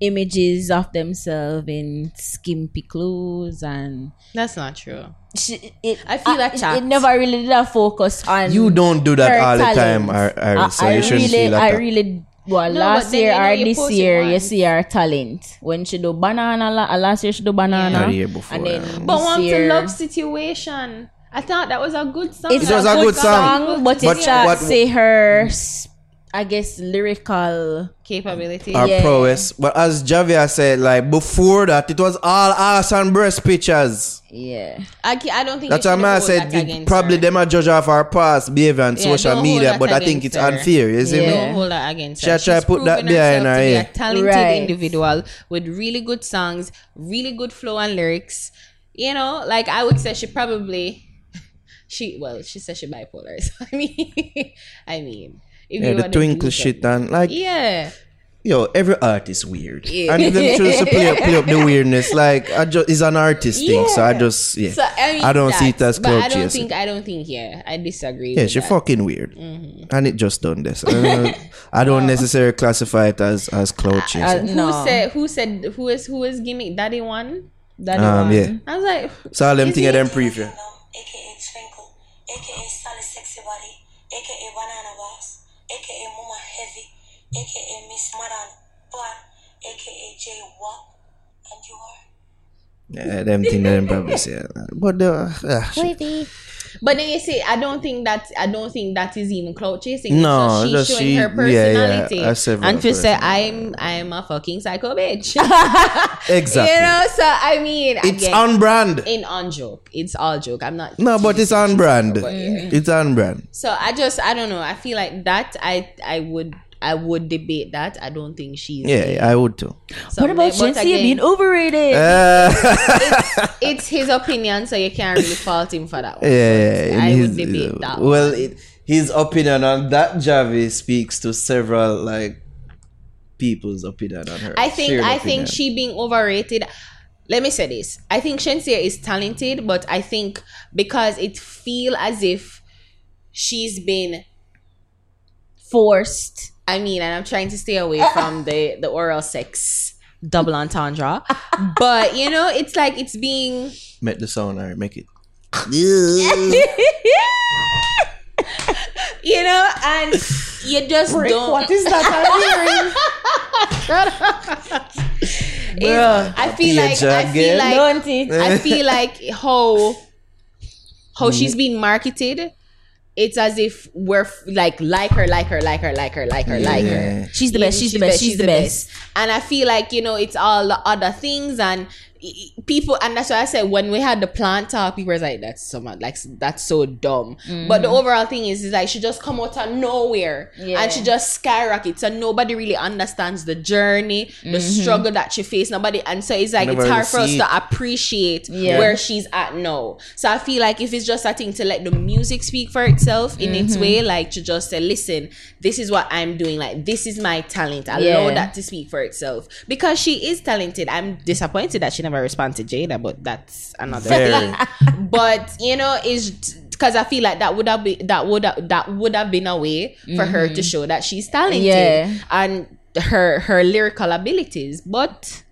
S4: images of themselves in skimpy clothes and
S3: That's not true.
S4: she, it,
S3: I feel like
S4: it-
S3: chat.
S4: it never really did a focus on
S2: you don't do that
S4: her
S2: all the time,
S4: talents.
S2: Ar- Iris, so
S4: I, I
S2: you shouldn't
S4: really,
S2: feel like
S4: I
S2: that.
S4: really well
S3: No, but
S4: last
S3: then
S4: year
S3: you know
S4: or
S3: you
S4: this
S3: posted
S4: year you
S3: once.
S4: see her talent when she do banana la- uh, last year she do banana
S2: Yeah. The year before,
S4: and then
S2: yeah.
S4: this
S3: But want to
S4: year-
S3: love situation. I thought that was a good song.
S4: it's
S2: It was a good song,
S4: but
S2: But
S4: it's not
S2: what-
S4: say her s- I guess lyrical
S3: capability.
S2: Our
S4: Yeah.
S2: prowess. But as Javier said, like before that, it was all ass and breast pictures.
S4: yeah
S3: I, ca- I don't think
S2: That's
S3: you
S2: what
S3: should
S2: man
S3: hold
S2: said.
S3: that
S2: It
S3: against
S2: probably
S3: her.
S2: them a judge of our past behavior on
S3: Yeah,
S2: social
S3: don't hold
S2: media,
S3: that
S2: but I think it's
S3: against her.
S2: unfair, you see
S3: Don't
S2: me?
S3: hold her against
S2: She
S3: her.
S2: had tried
S3: She's
S2: to put that
S3: proven
S2: behind
S3: herself
S2: her,
S3: to be
S2: yeah.
S3: a talented
S4: Right.
S3: individual with really good songs, really good flow and lyrics. You know, like I would say she probably she well, she says she bipolar. So I mean I mean if
S2: Yeah,
S3: you
S2: the
S3: wanna
S2: twinkle
S3: look
S2: shit uh,
S3: at-
S2: and like
S3: Yeah.
S2: yo, every artist is weird,
S3: Yeah.
S2: and if them choose to play up, play up the weirdness, like I just it's an artist thing, so I just yeah,
S3: So I, mean,
S2: don't see it
S3: that,
S2: as
S3: but
S2: clout
S3: I don't
S2: chasing.
S3: think I don't think yeah, I disagree.
S2: yeah,
S3: with
S2: she
S3: that. Mm-hmm.
S2: fucking weird, and it just done this. I don't, I don't necessarily classify it as as clout chasing.
S3: Who
S4: No.
S3: said who said who is who is gimmick daddy one?
S4: that
S2: Um,
S4: one
S2: yeah,
S3: I was like
S2: so all them
S3: Is
S2: thing of
S3: it-
S2: them preview.
S8: aka Twinkle, aka Solid Sexy Body, aka Banana Boss, aka Mama Heavy, aka Miss Maran Bar, aka J Walk, and you are.
S2: Yeah, them thing that them probably say, uh, but the ah, shit.
S3: But then you see, I don't think that I don't think that is even clout chasing.
S2: No,
S3: it's
S2: just
S3: just she's showing
S2: she-
S3: her
S2: yeah, yeah,
S3: personality.
S2: I said
S3: and she
S2: that
S3: said, "I'm I'm a fucking psycho bitch."
S2: exactly.
S3: You know, so I mean,
S2: it's
S3: again,
S2: on brand.
S3: in on joke. It's all joke. I'm not.
S2: No, but it's on brand.
S3: Mm-hmm.
S2: It's on brand.
S3: So I just I don't know. I feel like that. I I would I would debate that. I don't think she's.
S2: Yeah, I would too.
S4: what
S3: something.
S4: about
S3: But
S4: Gen Z
S3: again,
S4: being overrated
S2: Uh,
S3: It's his opinion, so you can't really fault him for that. One.
S2: yeah, yeah.
S3: I
S2: in
S3: would
S2: his- uh,
S3: debate that
S2: Well, it, his opinion on that Javi speaks to several like people's opinion on her.
S3: I think
S2: shared
S3: I
S2: opinion.
S3: think she being overrated. Let me say this. I think Shensia is talented, but I think because it feel as if she's been
S4: forced
S3: I mean, and I'm trying to stay away from the the oral sex double entendre. but you know, it's like it's being
S2: make the sound or make it.
S3: you know, and you just don't
S2: is that?
S3: It's- I feel like I feel like
S4: don't it
S3: I feel like how how she's being marketed. It's as if we're f- like like her, like her, like her, like her, like her, like her.
S4: she's the best she's the best she's the best
S3: And I feel like you know it's all the other things and i- i- people. And that's why I said when we had the plant talk, people was like, "That's so much, like that's so dumb." But
S4: Mm.
S3: the overall thing is, is like she just come out of nowhere
S4: Yeah.
S3: and she just skyrockets, so nobody really understands the journey, the
S4: Mm-hmm.
S3: struggle that she faced. Nobody, and so it's like it's
S2: Nobody
S3: hard for us
S2: see
S3: to appreciate
S4: Yeah.
S3: where she's at now. So I feel like if it's just a thing to let the music speak for itself in
S4: Mm-hmm.
S3: its way, like to just say, listen, this is what I'm doing, like this is my talent. Allow
S4: Yeah.
S3: that to speak for itself because she is talented. I'm disappointed that she never responded to Jada, but that's another
S2: Very.
S3: thing. But you know, is because I feel like that would have been that would have, that would have been a way for her to show that she's talented
S4: Yeah.
S3: and her her lyrical abilities, but.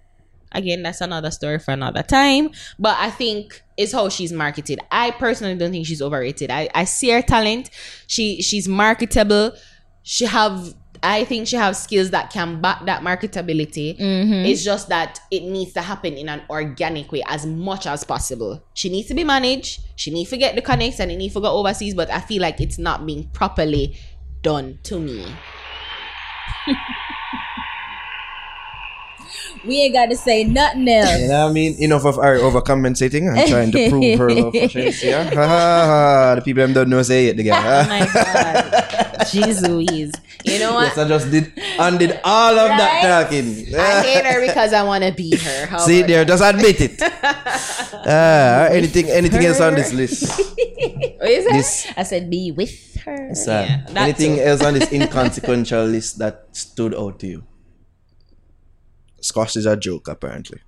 S3: Again, that's another story for another time. But I think it's how she's marketed. I personally don't think she's overrated. I, I see her talent. She she's marketable. She have I think she have skills that can back that
S4: Mm.
S3: marketability.
S4: Mm-hmm.
S3: It's just that it needs to happen in an organic way as much as possible. She needs to be managed. She needs to get the connects and it needs to go overseas. But I feel like it's not being properly done to me.
S4: We ain't got to say nothing
S2: You
S4: else.
S2: know what I mean? Enough of her overcompensating and trying to prove her love for Chelsea. yeah? Ha, ha, ha, ha. the people them don't know say it, the
S4: Oh
S2: guy.
S4: my God. Jeez Louise.
S3: You know what?
S2: Yes, I just did undid all of that talking.
S3: I hate her because I want to be her. How
S2: See
S3: about
S2: there, just admit it. Ah, anything, anything else on this list?
S3: that? Is it?
S2: This,
S4: I said be with her.
S2: Sam,
S3: that
S2: anything
S3: too.
S2: else on this inconsequential list that stood out to you? Scotch is a joke, apparently.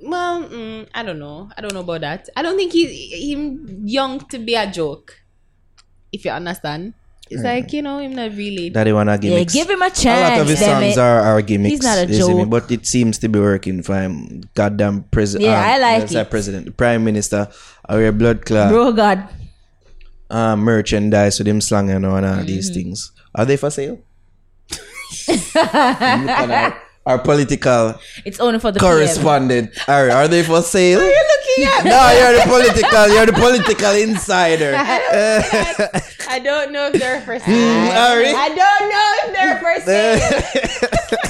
S3: Well, mm, I don't know. I don't know about that. I don't think he him young to be a joke. If you understand, it's like you know him not really.
S2: Daddy wanna
S4: Yeah,
S2: gimmicks.
S4: give him a chance.
S2: a lot of his
S4: damn
S2: songs
S4: it.
S2: are, are gimmicks.
S4: He's not a
S2: you see me?
S4: joke.
S2: But it seems to be working for him. Goddamn president.
S4: Yeah, I like it.
S2: president, the prime minister, or your blood clot,
S4: Bro, God.
S2: uh, merchandise with him slang and all, and all these
S4: Mm-hmm.
S2: things. Are they for sale? Look at our, our political
S4: It's only for the PM.
S2: correspondent. Are, are they for sale? Are you looking at? No, you're the political. You're the political insider.
S3: I don't know if they're for
S2: Mm,
S3: sale.
S2: all right.
S3: I don't know if they're for sale.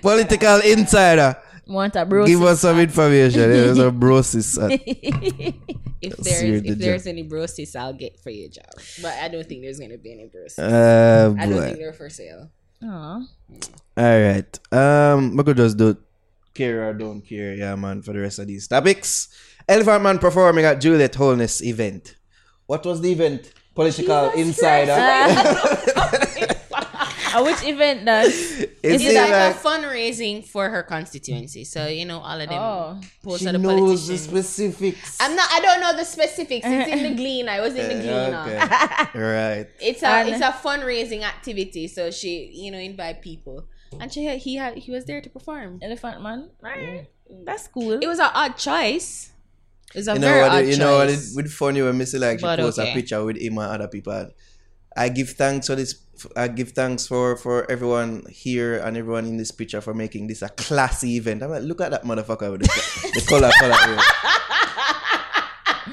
S2: Political insider.
S4: Want a bro.
S2: Give us some information. It was a brosis.
S3: If
S2: You're
S3: there's
S2: the
S3: if there's any brosis, I'll get for your job. But I don't think there's gonna be any brosis.
S2: Uh,
S3: I don't
S2: boy.
S3: think they're for sale.
S4: Aw.
S2: All right. Um, we could just do care or don't care, yeah, man, for the rest of these topics. Elephant Man performing at Juliet Holness event. What was the event? Political insider.
S4: Uh, which event does?
S2: It's
S3: It's like,
S2: like,
S3: a fundraising for her constituency. So you know all of them
S4: Oh.
S3: posts
S2: she
S3: of the
S2: knows the
S3: politicians.
S2: specifics.
S3: I'm not. I don't know the specifics. It's in the Glean. I was in the Glean. uh.
S2: Okay. right.
S3: It's a
S4: And-
S3: it's a fundraising activity. So she, you know, invite people, and she had- he had he was there to perform.
S4: Elephant Man. Right. That's cool.
S3: It was an odd choice. It was a
S2: You know
S3: very
S2: what?
S3: odd
S2: it- You
S3: choice.
S2: know what? It would funny when Missy like she
S3: But
S2: posts a
S3: okay.
S2: picture with him and other people. I give thanks for this. I give thanks for for everyone here and everyone in this picture for making this a classy event. I'm like, look at that motherfucker with the, the color, color,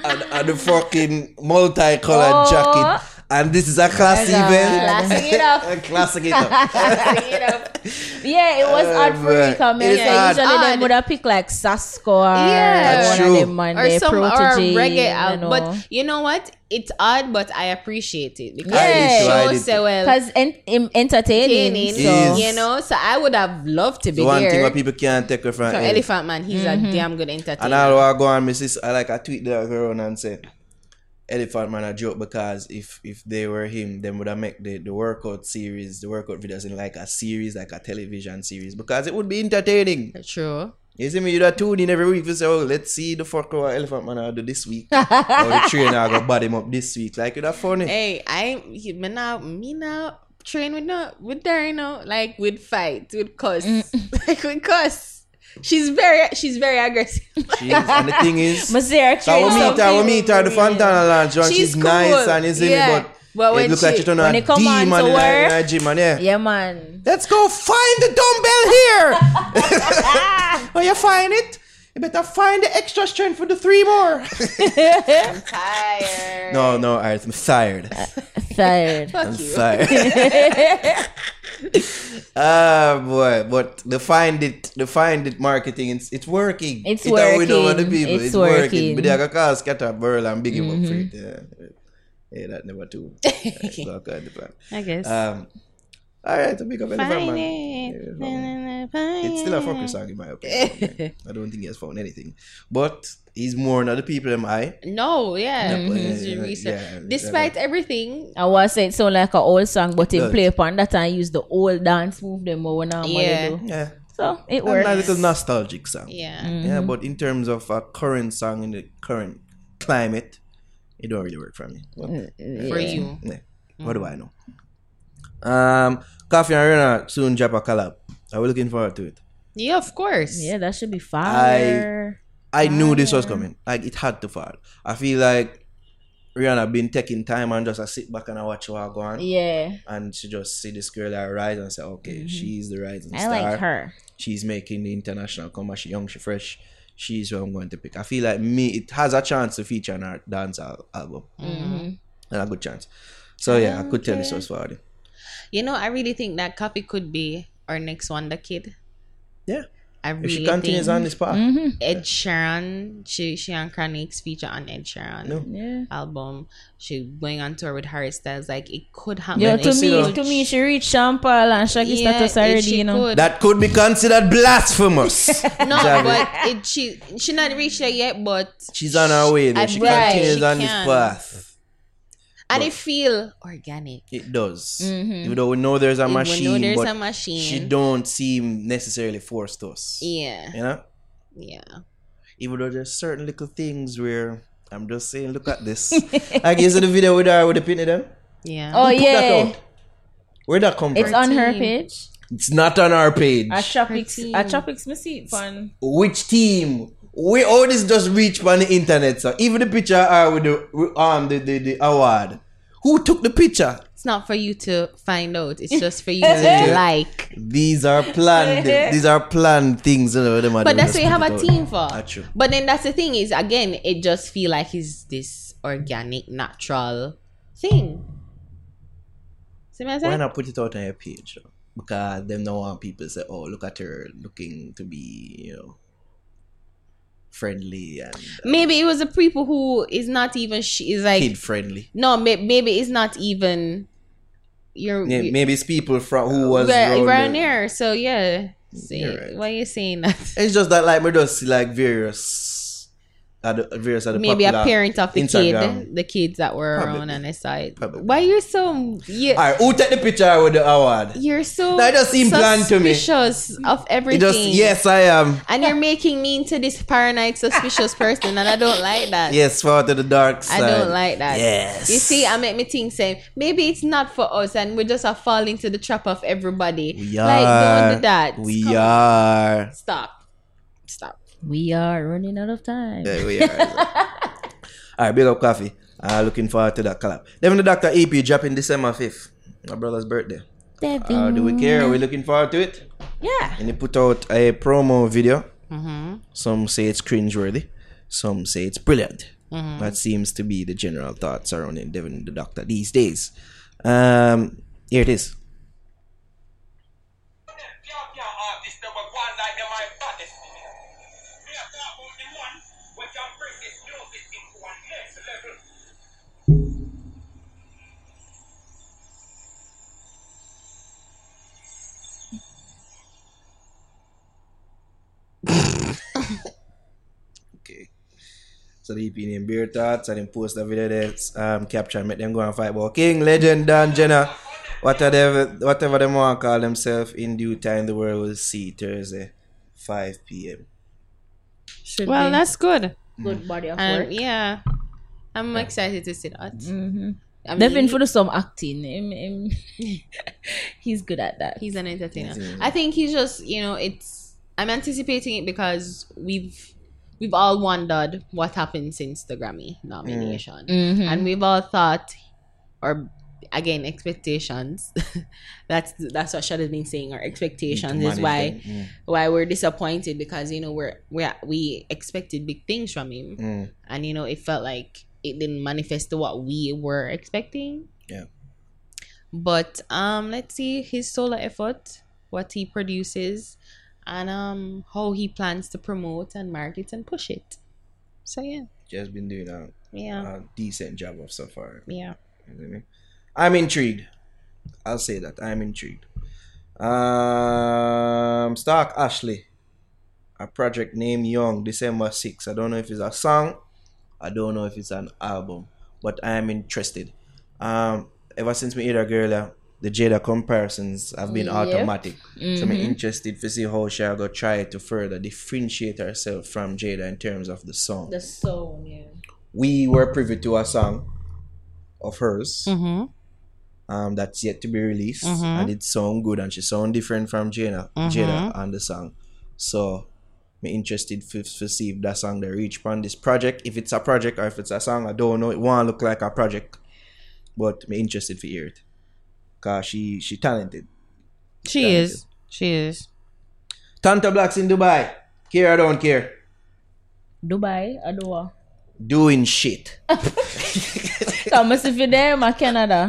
S2: and, and the fucking multicolored
S4: Oh.
S2: jacket. And this is a classy
S4: God.
S2: event.
S3: Classing it up.
S2: classing it up.
S3: Classing it up.
S4: Yeah, it was
S2: Uh,
S4: odd for me
S2: but
S4: to come in.
S2: it's
S4: Yeah,
S2: odd.
S4: usually
S3: Odd.
S4: them would have picked like Sasko or
S3: Yeah.
S4: one
S2: True.
S4: of them man,
S3: or
S4: their
S3: some or a
S4: protege,
S3: reggae
S4: you
S3: album.
S4: know.
S3: But you know what? It's odd, but I appreciate it because
S4: Yeah.
S3: it
S2: I did too, I
S3: shows
S2: did too.
S3: so well.
S4: because en- em- entertaining,
S3: entertaining,
S4: so
S2: Yes.
S3: you know, so I would have loved to be
S2: The one thing
S3: there.
S2: where people can't take away from
S3: So
S2: it.
S3: Elephant Man, he's
S4: Mm-hmm.
S3: a damn good
S2: And I
S3: entertainer.
S2: will go on, Mrs. I like I tweet that around and say, Elephant Man a joke because if if they were him, then would I make the, the workout series, the workout videos in like a series, like a television series, because it would be entertaining.
S3: True.
S2: You see me, you da tune in every week you say, Oh, let's see the fuck what Elephant Man I do this week. or the trainer I go body him up this week. Like you that funny.
S3: Hey, I you- me now me now train with no with Darino like with fight with cuss
S4: Mm.
S3: like with cuss. She's very she's very aggressive.
S2: Jeez. And the thing is,
S4: Masera
S2: I will
S4: trained
S2: meet
S4: some
S2: her, we
S4: people
S2: meet her at the
S4: really.
S2: Fontana Lounge, and she's,
S3: She's
S2: nice
S3: cool.
S2: and you see
S3: Yeah.
S2: me, but,
S3: But
S2: it
S3: when
S2: looks like
S3: she-
S2: she turned
S4: when
S2: on a
S4: it come on
S2: demon
S4: to
S2: in her- in
S4: work-
S2: her gym, and yeah.
S4: Yeah, man.
S2: Let's go find the dumbbell here. When you find it, you better find the extra strength for the three more.
S3: Tired.
S2: No, no, all right, I'm tired.
S4: Tired.
S2: I'm tired. Ah, boy, but the find it, the find it marketing, it's it's working.
S4: It's
S2: it a window on the
S4: working.
S2: people. It's,
S4: It's
S2: working.
S4: working. Mm-hmm.
S2: But they are call scatter burl and big him up for it. Yeah. yeah, that never too. It's all kind of plan.
S3: I guess.
S2: Um, all right, to pick up elephant man. Yeah, it's still a fucker song in my opinion. I don't think he has found anything, but he's more another people than I.
S3: no, yeah.
S4: Mm-hmm.
S2: Yeah, but-
S3: it's
S2: yeah,
S3: research.
S2: yeah, yeah.
S3: Despite everything,
S4: I was say it sound like an old song, but
S2: does.
S4: in play upon that and use the old dance move them more now.
S3: Yeah.
S4: Yeah.
S2: Yeah,
S4: So it
S2: a nice
S4: works.
S2: little nostalgic song.
S3: yeah.
S2: Yeah, but in terms of a current song in the current climate, it don't really work for me. But,
S4: Mm,
S2: Mm,
S3: For you.
S2: yeah, What do I know? Um, Coffee and Arena soon drop a collab. Are we looking forward to it?
S3: Yeah, of course.
S4: Yeah, that should be fire.
S2: I knew this was coming. Like it had to fall. I feel like Rihanna been taking time and just I sit back and I watch her go on.
S4: yeah,
S2: And she just see this girl that rise and say, okay,
S3: Mm-hmm.
S2: she's the rising
S4: I
S2: star.
S4: like her.
S2: She's making the international come. out. She young, she fresh. She's who I'm going to pick. I feel like me, it has a chance to feature on our dance al- album,
S3: Mm-hmm.
S2: and a good chance. So yeah, I could tell this was for
S3: You know, I really think that copy could be our next Wonder Kid.
S2: Yeah,
S3: I
S2: if
S3: really
S2: she continues
S3: think Mm-hmm.
S2: on this path,
S3: Ed Sheeran, she she and Chronics feature on Ed Sheeran
S2: No.
S4: Yeah.
S3: album. She going on tour with Harry Styles. Like it could happen.
S4: Yo,
S3: It
S4: to me,
S3: could-
S4: to me, she reached Sean Paul and Shaggy
S3: Yeah,
S4: status
S3: it-
S4: already.
S3: she
S4: You know,
S3: could.
S2: that could be considered blasphemous.
S3: no,
S2: Javi.
S3: but it, she she not reached there yet. But
S2: She's on her way. Though.
S3: I-
S2: She
S3: right,
S2: continues
S3: she
S2: on
S3: can.
S2: this path.
S3: and it feel organic.
S2: It does. Even though we know there's a
S3: We know
S2: machine,
S3: Mm-hmm. there's
S2: but
S3: a machine.
S2: she don't seem necessarily forced to us.
S3: Yeah,
S2: You know,
S3: yeah.
S2: even though there's certain little things where I'm just saying, look at this. like you see the video with her with the pinny them.
S3: Yeah.
S4: Oh,
S2: Who put
S4: yeah.
S2: that out? Where that come
S4: it's
S2: from?
S4: on her
S3: team.
S4: page.
S2: it's not on our page.
S4: A tropics,
S3: team.
S4: a tropics, me see it fun.
S2: Which team? We all this just reach on the internet. So even the picture are with the with, um the, the, the award. Who took the picture?
S3: It's not for you to find out. It's just for you to like.
S2: These are planned. these are planned things. You know, them are
S3: But
S2: them
S3: that's
S2: just
S3: what you have
S2: put
S3: a
S2: it out.
S3: team for.
S2: Ah, true.
S3: But then that's the thing is again, it just feel like it's this organic, natural thing. See what I'm
S2: Why
S3: saying?
S2: not put it out on your page? though? Because them no want people say, "Oh, look at her looking to be you know friendly and
S3: Maybe it was the people who is not even she is like
S2: kid friendly."
S3: no, may, maybe it's not even your
S2: Yeah, maybe it's people from who was
S3: we're,
S2: around
S3: we're
S2: the-
S3: near. So yeah, see,
S2: You're right.
S3: why you saying that?
S2: It's just that like we just see like various, other, various other
S3: Maybe a
S2: popular-
S3: parent of the
S2: Instagram.
S3: kid, the kids that were around
S2: Probably.
S3: on the side.
S2: Probably.
S3: Why you're so you,
S2: All right, who take the picture with the award?
S3: you're so
S2: That just seemed planned to me.
S3: suspicious of
S2: It
S3: everything.
S2: just yes, I am.
S3: And you're making me into this paranoid, suspicious person, and I don't like that.
S2: Yes, far to the dark
S3: I
S2: side.
S3: don't like that.
S2: Yes,
S3: You see, I make me think saying maybe it's not for us, and we just are falling to the trap of everybody.
S2: we are.
S3: like don't do that.
S2: We
S3: Come on.
S2: are.
S3: Stop. Stop.
S4: We are running out of time.
S2: Yeah, we are. All right, big up coffee. Uh, looking forward to that collab. Devin the Doctor EP dropping December 5th. My brother's birthday.
S4: Devin.
S2: Uh, do we care? Are we looking forward to it?
S4: Yeah.
S2: And he put out a promo video. Some say it's cringeworthy. Some say it's brilliant. That seems to be the general thought surrounding Devin the Doctor these days. Um, here it is. Okay. So the EP named Beer Thoughts and then post the video there, um, capture and make them go and fight about King, Legend, Don Jenner, whatever, whatever them want to call themselves in due time, the world will see Thursday, 5 p.m.
S4: Should
S3: Well,
S4: be
S3: that's good.
S4: good body of
S3: Um,
S4: work.
S3: yeah, Mm-hmm. I'm excited to see that.
S4: Mm-hmm.
S3: I mean,
S4: Devin for the some acting. Him, him. he's good at that.
S3: he's an entertainer.
S2: He's a-
S3: I think he's just you know it's. I'm anticipating it because we've we've all wondered what happened since the Grammy
S4: Mm.
S3: nomination, Mm-hmm.
S4: Mm-hmm.
S3: and we've all thought, or again expectations. that's that's what Shad has been saying. Our expectations is
S2: Manage
S3: why
S2: them. Mm,
S3: why we're disappointed because you know we're we we expected big things from him
S2: mm.
S3: and you know it felt like it didn't manifest to what we were expecting
S2: Yeah.
S3: but um let's see his solo effort what he produces and um how he plans to promote and market and push it so yeah
S2: Just been doing a,
S3: yeah
S2: a decent job of so far.
S3: yeah
S2: You know what I mean? I'm intrigued. I'll say that. I'm intrigued. Um, Stark Ashley. A project named Young, December 6th. I don't know if it's a song. I don't know if it's an album. But I am interested. Um, ever since we hear a girl, uh, the Jada comparisons have been automatic. So
S4: Mm-hmm.
S2: I'm interested to see how she go try to further differentiate herself from Jada in terms of the song
S4: the song, yeah.
S3: Mm-hmm.
S2: we were privy to a song of hers. um, that's yet to be released, and it sound good, and she sound different from Jada, Jada on the song. So, me interested for, for see if that song they reach on this project. If it's a project or if it's a song, I don't know. It won't look like a project, but me interested for hear it, cause she she talented.
S3: She is. She is.
S2: Tanta Blacks in Dubai, care or don't care,
S4: Dubai, Adua.
S2: doing shit.
S4: I must have been there, my Canada.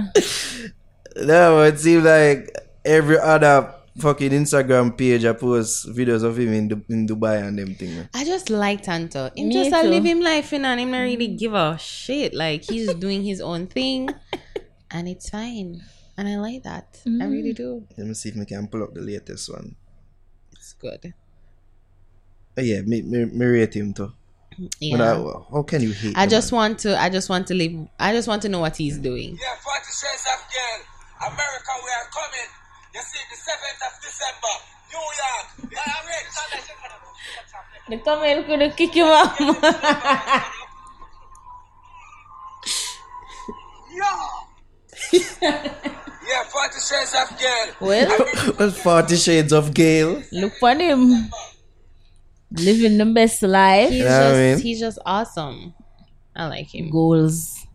S2: No, it seems like every other fucking Instagram page I post videos of him in, Du- in Dubai and them thing. man.
S3: I just like Tanto. Him
S4: Me
S3: just a
S4: too.
S3: live him life in and him not really give a shit. Like he's doing his own thing and it's fine. And I like that. I really do.
S2: Let me see if I can pull up the latest one.
S3: It's good.
S2: Oh yeah, me, me, me rate him too. But I,
S3: Yeah.
S2: how can you hate
S3: I
S2: him,
S3: just
S2: man?
S3: want to I just want to live I just want to know what he's doing.
S8: Yeah, 46 of girl. America, we are coming. You see, the 7th of December, New
S4: The
S8: York. Miami.
S4: camera could kick him out.
S8: Yeah. yeah, 46 of girl.
S4: Well,
S2: What's Forty Shades of Gale?
S4: look on him. Living the best life.
S3: He's
S2: know what I
S3: just
S2: mean?
S3: he's just awesome. I like him.
S4: Goals.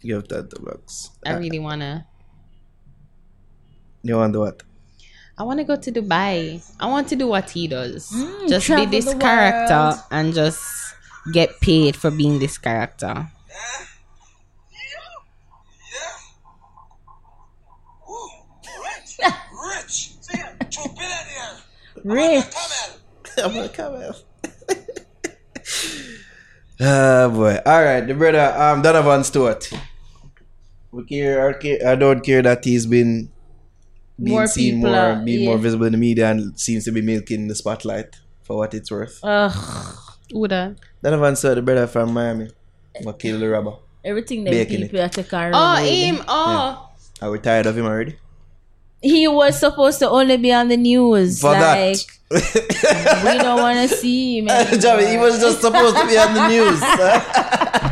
S2: Give that the blocks.
S3: I really wanna
S2: You wonder what?
S3: I want to go to Dubai. I want to do what he does. just be
S4: Mm, travel
S3: this
S4: the
S3: character
S4: world.
S3: and just get paid for being this character.
S8: Yeah. Ooh, rich. rich. See, two billionaire.
S4: Rich.
S8: Camel.
S2: I'm gonna come out. Ah boy. Alright, the brother um Donovan Stewart. We care, I care I don't care that he's been being
S4: More
S2: seen
S4: people
S2: more
S4: are-
S2: being
S4: yeah.
S2: more visible in the media and seems to be milking the spotlight for what it's worth.
S4: Ugh.
S3: Uda.
S2: Donovan Stewart, the brother from Miami. Go kill the robber.
S4: Everything them
S2: Baking it.
S4: people at the car.
S3: Oh, him. Oh.
S2: Are we tired of him already?
S4: He was supposed to only be on the news.
S2: For
S4: like,
S2: that.
S4: we don't want to see him.
S2: Javi, he was just supposed to be on the news.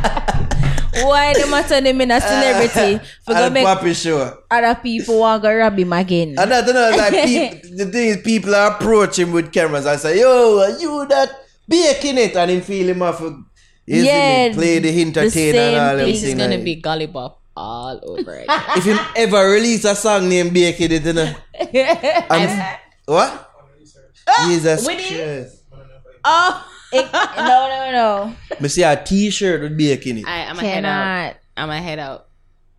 S4: Why they must turn him in a celebrity? For
S2: and
S4: gonna make
S2: Papi sure.
S4: other people want to rob him again.
S2: And I don't know, like peop the thing is, people approach him with cameras and say, "Yo, are you that baking it?" And him feel him off, isn't
S4: Yeah,
S2: it? Play the entertainer
S4: same
S2: and all them
S4: thing.
S3: He's
S2: thing,
S3: going to
S2: like.
S3: be Gollibop all over again.
S2: If him ever release a song named "Baking It," you know, I'm, what? Jesus
S4: with him?
S2: Christ!
S4: Oh, it, no, no, no.
S2: Me see a T-shirt with "Baking It."
S3: I, I'm going to head out.
S4: Cannot.
S3: I'm going to head out.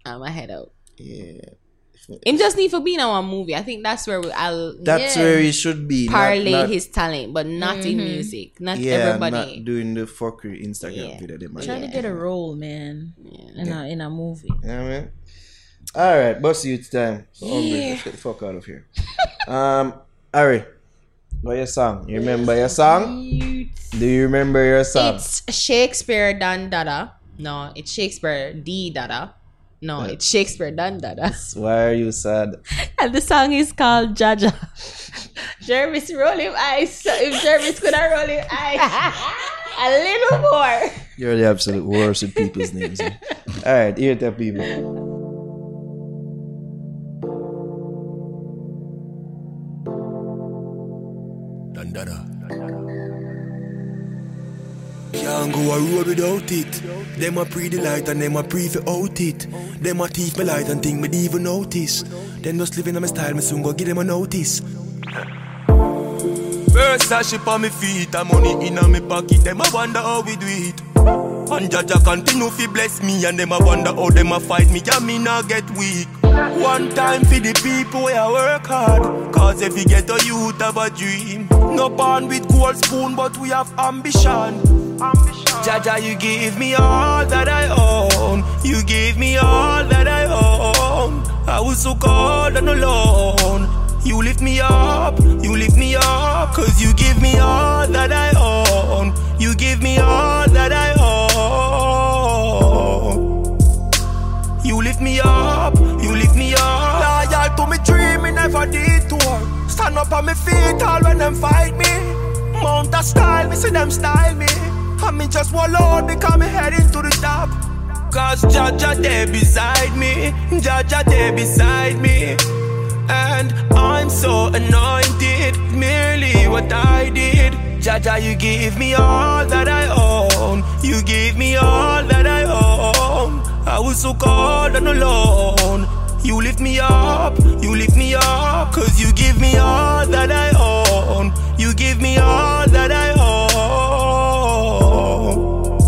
S3: I'm going to head out.
S2: Yeah,
S3: Him just need for being in one movie. I think that's where we, I'll
S2: that's
S4: Yeah.
S2: where he should be. not-
S3: parlay
S2: not-
S3: his talent, but not in music. Not
S2: yeah,
S3: everybody.
S2: not doing the fuckery Instagram
S3: Yeah.
S2: video. They might
S4: Trying to
S2: do.
S4: get a role, man, in a in a movie.
S2: Yeah, man. All right, boss, you it's time. So hungry. Let's get the fuck out of here. um, Ari, what your song? You remember your song? Do you remember your song?
S3: It's Shakespeare done Dada. No, it's Shakespeare D Dada. No, it's Shakespeare done Dada.
S2: Why are you sad?
S3: And the song is called Jaja. Jervis roll him eyes. So if Jervis could have roll him eyes a little more.
S2: You're the absolute worst with people's names. eh? All right, here the people.
S9: Can't go a road without it. Them a pre the light and them a pre fi out it. Them a teeth me light and think me even notice. Them just living on my style, me soon go give them a notice. Versace on me feet and money in me pocket. Them a wonder how we do it. And Jaja continue fi bless me and them a wonder how them a fight me and me not get weak. One time for the people where I work hard. Cause if you get a youth have a dream. No born with gold spoon but we have ambition. Jaja you give me all that I own. You give me all that I own. I was so cold and alone. You lift me up, you lift me up, cause you give me all that I own. You give me all that I own. You lift me up, you lift me up. Loyal to me dream, me never detour. Stand up on my feet all when them fight me. Mount a style, me see them style me. I mean just one load because me heading to the top.
S7: Cause Jaja there beside me, Jaja there beside me. And I'm so anointed, merely what I did. Jaja, you give me all that I own. You give me all that I own. I was so cold and alone. You lift me up, you lift me up, cause you give me all that I own. You give me all that I own.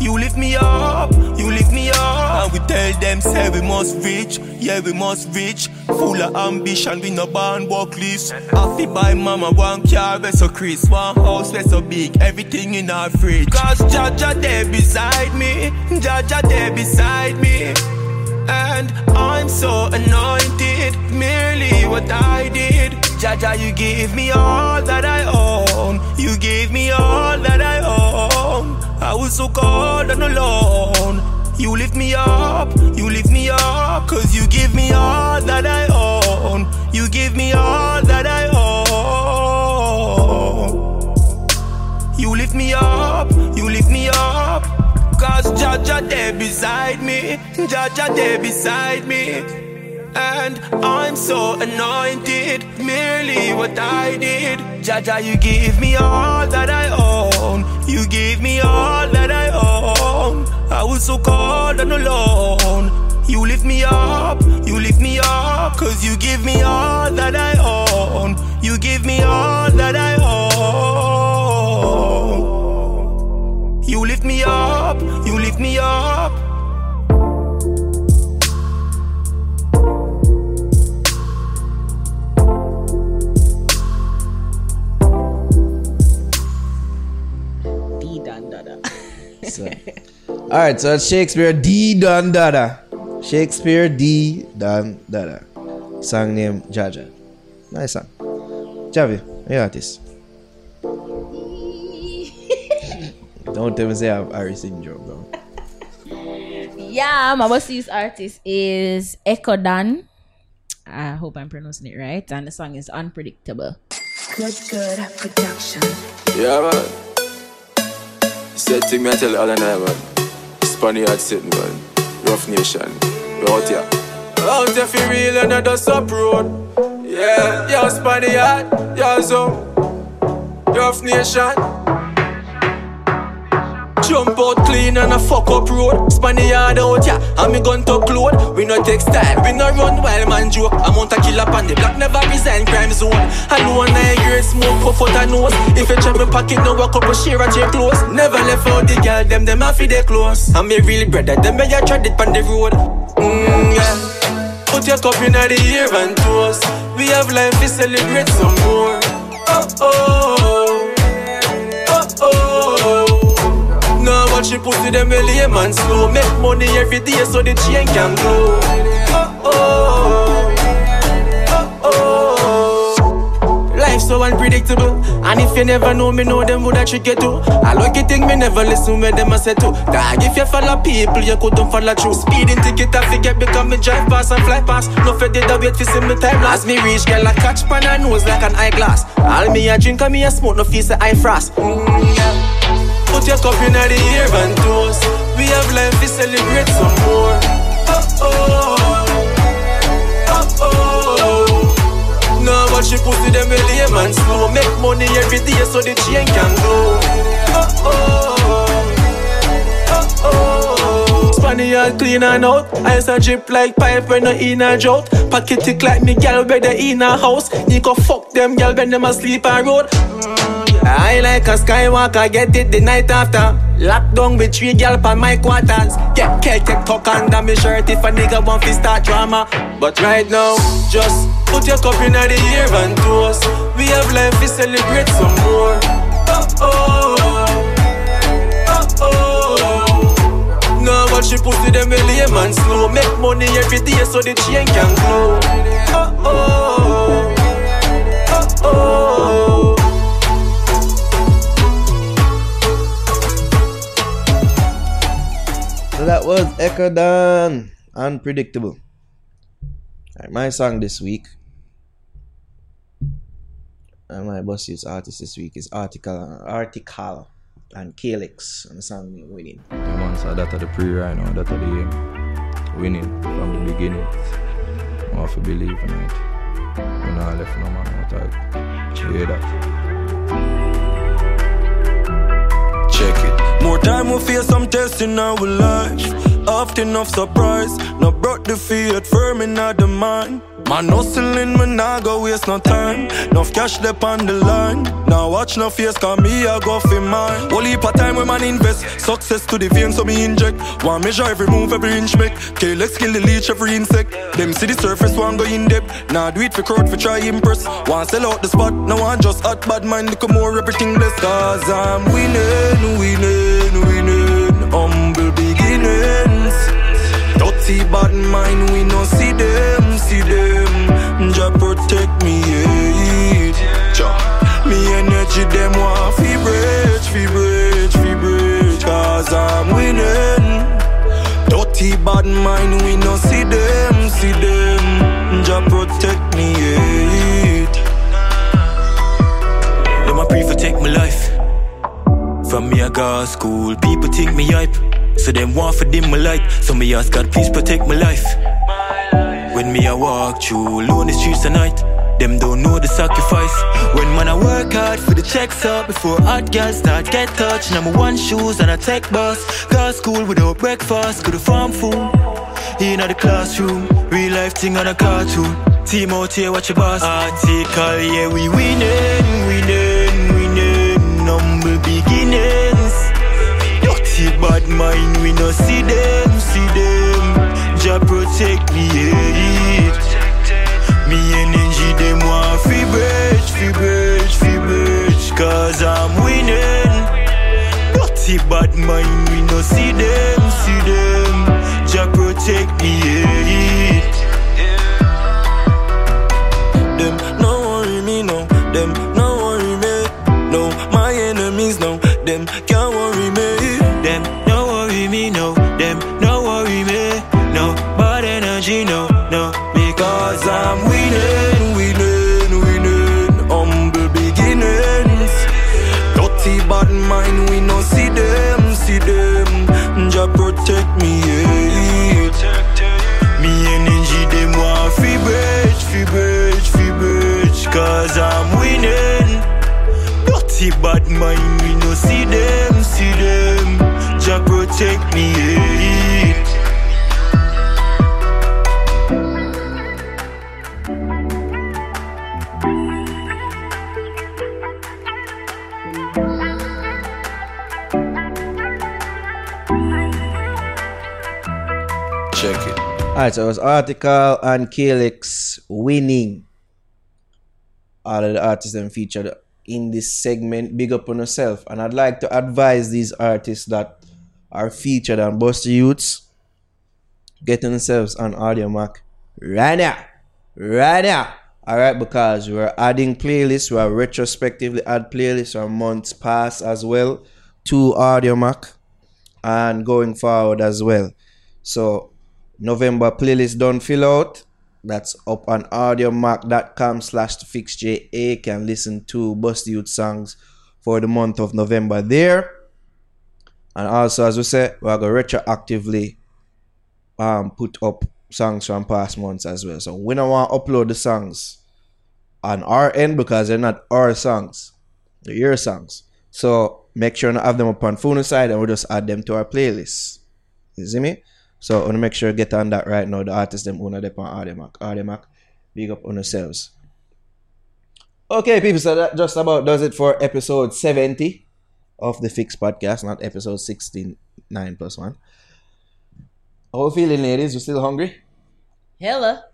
S7: You lift me up, you lift me up. And we tell them, say we must reach, yeah, we must reach. Full of ambition, we no born walk list. Happy by mama, one car, we so crisp. One house, we so big, everything in our fridge. Cause Jaja there beside me, Jaja there beside me. And I'm so anointed, merely what I did. Jaja, you give me all that I own. You give me all that I own. I was so cold and alone. You lift me up, you lift me up, cause you give me all that I own. You give me all that I own. You lift me up, you lift me up. Cause Jaja there beside me, Jaja there beside me. And I'm so anointed, merely what I did. Jaja, you give me all that I own. You give me all that I own. I was so cold and alone. You lift me up, you lift me up. Cause you give me all that I own. You give me all that I own. You lift me up, you lift me up.
S3: Be done, dada.
S2: So. All right, so it's Shakespeare D. Don Dada. Shakespeare D. Don Dada. Song name Jaja. Nice song. Javi, your artist. Don't tell me say I have Ari syndrome, bro.
S4: Yeah, my boss's artist is Ekodan. I hope I'm pronouncing it right. And the song is Unpredictable.
S6: Yeah, man. Said thing me I tell you all the night, man. Spaniard sitting, man. Rough nation. We out here. Out here for real and I dust up road. Yeah, yo Spaniard, yo zone. Rough nation. Jump out clean and a fuck up road. Spaniard out here, and me gun to cloud. We no take style, we no run while man joke. I'm on a killer pan, the black never resign crime zone. Alone I great smoke, puff out a nose. If you check my pocket, no walk up a share at your clothes. Never left out the girl, them them have they close. I'm a real brother, them may I tried it pan the road. Mmm, yeah. Put your cup in the air and toast. We have life to celebrate some more. Oh oh, oh oh. Now watch it pussy them belly man slow. Make money every day so the chain can grow. Oh oh, oh oh. Life so unpredictable, and if you never know me, know them would I trick you too. I lucky thing me never listen when them I say to. Dog, if you follow people, you couldn't follow through. Speeding ticket, I forget because me drive past and fly past. No for did I wait for see me time last. As me reach, girl, I catch pan and nose like an eyeglass. All me a drink and me a smoke, no face the eye frost. Mm, yeah. Put your cup in the air and toast. We have life to celebrate some more. Oh oh, oh oh. Now watch you pussy them belly man slow. Make money every day so the chain can go. Oh oh, oh oh. Spaniard clean and out. Eyes a drip like pipe when no in a drought. Pocket tick like me gal when they in a house. You go fuck them gal when them asleep on road. I like a skywalker, get it the night after. Lock down with three gal on my quarters. Get cake, take talk under my shirt if a nigga want to start drama. But right now, just put your cup in the air and toast. We have life to celebrate some more. Oh oh, oh oh. Now watch you pussy them belly man slow. Make money every day so the chain can grow. Oh oh, oh oh.
S2: So that was Ekodon. Unpredictable. Alright, my song this week. And my boss used artist this week is Article Article and Calix. And the song name winning.
S9: on. So that are the pre right now, that are the aim. Winning from the beginning. I have to believe in it. We're not left no man out of You hear that?
S6: check it. More time we face some tests in our life. Oft enough surprise, now brought the fear firm in our demand. Man hustling, man nah go waste no time. Nuff cash dep on the line. Now watch no face, cause me I go for mine. Whole heap of time when man invest. Success to the veins, so me inject. One measure every move, every inch make. KLX kill the leech, every insect. Them see the surface, one go in depth. Nah do it for crowd, for try impress. One sell out the spot, now one just hot bad mind. Look more, everything less. Cause I'm winning, winning, winning. Humble beginnings. Dirty bad mind, we no see them, see them. Jah protect me, yeah. Jah. Me energy, them want fi bridge, fi bridge, fi bridge. Cause I'm winning. Dirty bad mind, we no see them, see them. Jah protect me, yeah. Them a pray for take my life. From me, I go to school. People think me hype. So them want for dim my light. So me ask God, please protect my life. When me I walk through lonely streets at night, them don't know the sacrifice. When man I work hard for the checks up before hot girls start get touched. Now me one shoes and I take bus. Go school without breakfast, go to farm food. In the classroom, real life thing on a cartoon. Team out here, watch your boss. Article, yeah, we winning, winning, winning. Number beginnings. Dirty bad mind, we no see them, see them. Jah protect me, yeah. Me energy, them want free bridge, free bridge, free bridge. Cause I'm winning. Dirty bad mind, we no see them, see them. Jah protect me, yeah. Them no worry me no, them no worry me no. My enemies no, them can't worry me. Them no worry me no, them no worry me no. Bad energy no, no. Because I'm winning, winning, winning. Humble beginnings. Dirty bad mind, we no see them, see them. Jah protect me. Yeah. Me energy, them want free bridge, free bridge, free bridge. Cause I'm winning. Dirty bad mind, we no see them, see them. Jah protect me. Yeah. Check it.
S2: Alright, so it was article on Calix winning. All of the artists them featured in this segment. Big up on yourself. And I'd like to advise these artists that are featured on Buster Youths. Get themselves on audio mark right now. Right now. Alright, because we're adding playlists. We are retrospectively add playlists from months past as well to audio mark and going forward as well. So November playlist done fill out. That's up on audiomark.com slash fixja. Can listen to Bust Youth songs for the month of November there. And also, as we said, we're going to retroactively um, put up songs from past months as well. So we don't want to upload the songs on our end because they're not our songs. They're your songs. So make sure not have them up on phone side and we'll just add them to our playlist. You see me? So I want to make sure get on that right now. The artists them owner them on Audemac. Audemac, big up on yourselves. Okay, people, so that just about does it for episode 70 of the Fix Podcast, not episode 69 plus one. How you feeling, ladies? You still hungry?
S4: Hella.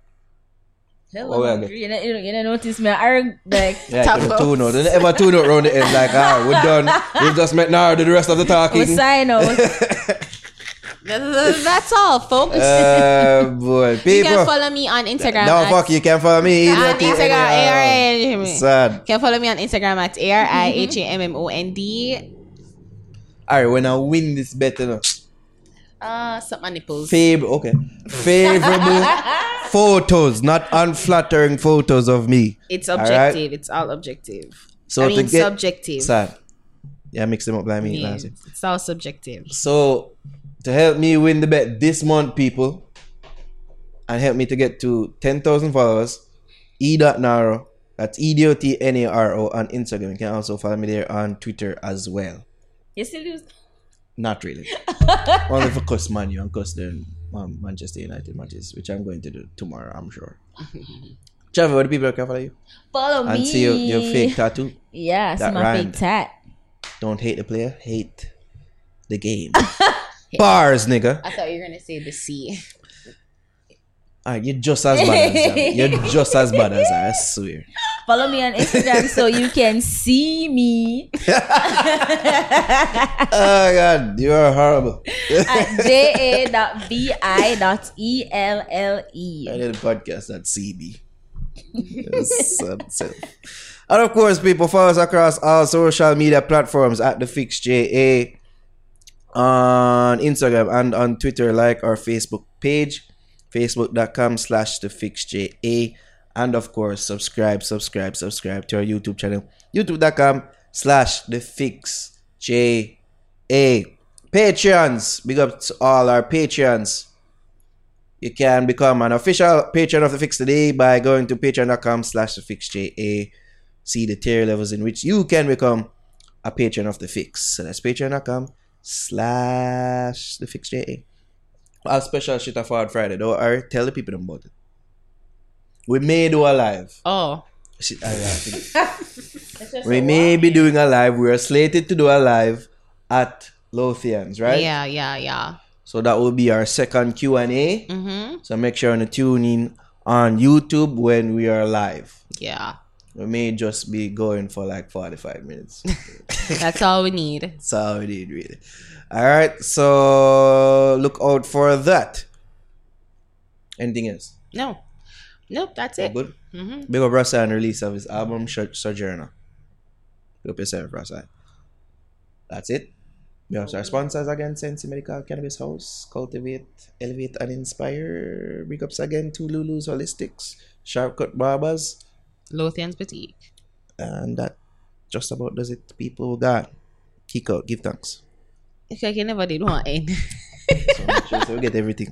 S4: Hella.
S2: Oh, well,
S4: hungry. you, know, you, know, you know, notice me. I arg- like
S2: Yeah, give a two note. Don't ever two note round the end like, ah, we're done. We've just met now, do the rest of the
S4: was
S2: talking.
S4: sign out.
S3: That's that's all, folks.
S2: Uh, boy,
S3: you
S2: people.
S3: can follow me on Instagram.
S2: no,
S3: at-
S2: fuck, you can follow me.
S3: On
S2: Lucky
S3: Instagram,
S2: anyhow.
S3: ARIHMMOND.
S2: Sad.
S3: You can follow me on Instagram at A R I H A M M O N D.
S2: All right, when I win this bet, you know,
S3: Uh, suck my nipples.
S2: favor, okay, favorable photos, not unflattering photos of me.
S3: It's
S2: All right.
S3: objective. It's all objective.
S2: So
S3: I
S2: to
S3: mean,
S2: get-
S3: subjective.
S2: Sad. Yeah, mix them up like me. last year.
S3: It's all subjective.
S2: So to help me win the bet this month, people, and help me to get to 10,000 followers, e.naro, that's E E-D-O-T-N-A-R-O on Instagram. You can also follow me there on Twitter as well.
S4: You still use
S2: Not really. Only for Cuss Man U and Cuss the um, Manchester United matches, which I'm going to do tomorrow, I'm sure. Trevor, where do people can follow you?
S4: follow
S2: and
S4: me.
S2: see your, your fake tattoo.
S4: Yes,
S2: That
S4: my
S2: rhymed.
S4: fake tat.
S2: Don't hate the player, hate the game. Bars, nigga.
S3: I thought you were gonna say the C.
S2: Alright, you're just as bad as I. You're just as bad as I, I swear.
S4: Follow me on Instagram so you can see me
S2: Oh god, you are horrible.
S4: at E ja.bi.elle.
S2: I did a podcast at CB. Yes, nonsense. and of course, people follow us across all social media platforms at the Fix JA on Instagram and on Twitter. Like our Facebook page, facebook.com slash the Fix JA. And of course, subscribe, subscribe, subscribe to our YouTube channel, youtube.com slash the Fix JA. Patreons, big up to all our Patreons. You can become an official patron of the Fix today by going to patreon.com slash the fix JA. See the tier levels in which you can become a patron of the fix. So that's patreon.com slash the fix JA. Our special shit of Hard Friday though, or tell the people about it. We may do a live.
S3: Oh.
S2: Shit, I have to we may be doing a live. We are slated to do a live at Lothians, right?
S3: Yeah, yeah, yeah.
S2: So that will be our second Q and A.
S3: Mm-hmm.
S2: So make sure to tune in on YouTube when we are live.
S3: Yeah.
S2: We may just be going for like 45 minutes.
S3: That's all we need.
S2: That's how we did, really. All right. So look out for that. Anything else?
S3: No. Nope, that's
S2: All
S3: it.
S2: good?
S3: Mm-hmm.
S2: Big up Rasa and release of his album Sho- Sojourner. Big up yourself, Rasa. That's it. We have our sponsors again, Sensi Medical Cannabis House, Cultivate, Elevate and Inspire. Big ups again to Lulu's Holistics, Sharpcut Barbers,
S3: Lothian's Boutique.
S2: and that just about does it, people. God, kick out, give thanks.
S3: eh? It's like you never did one.
S2: So we get everything.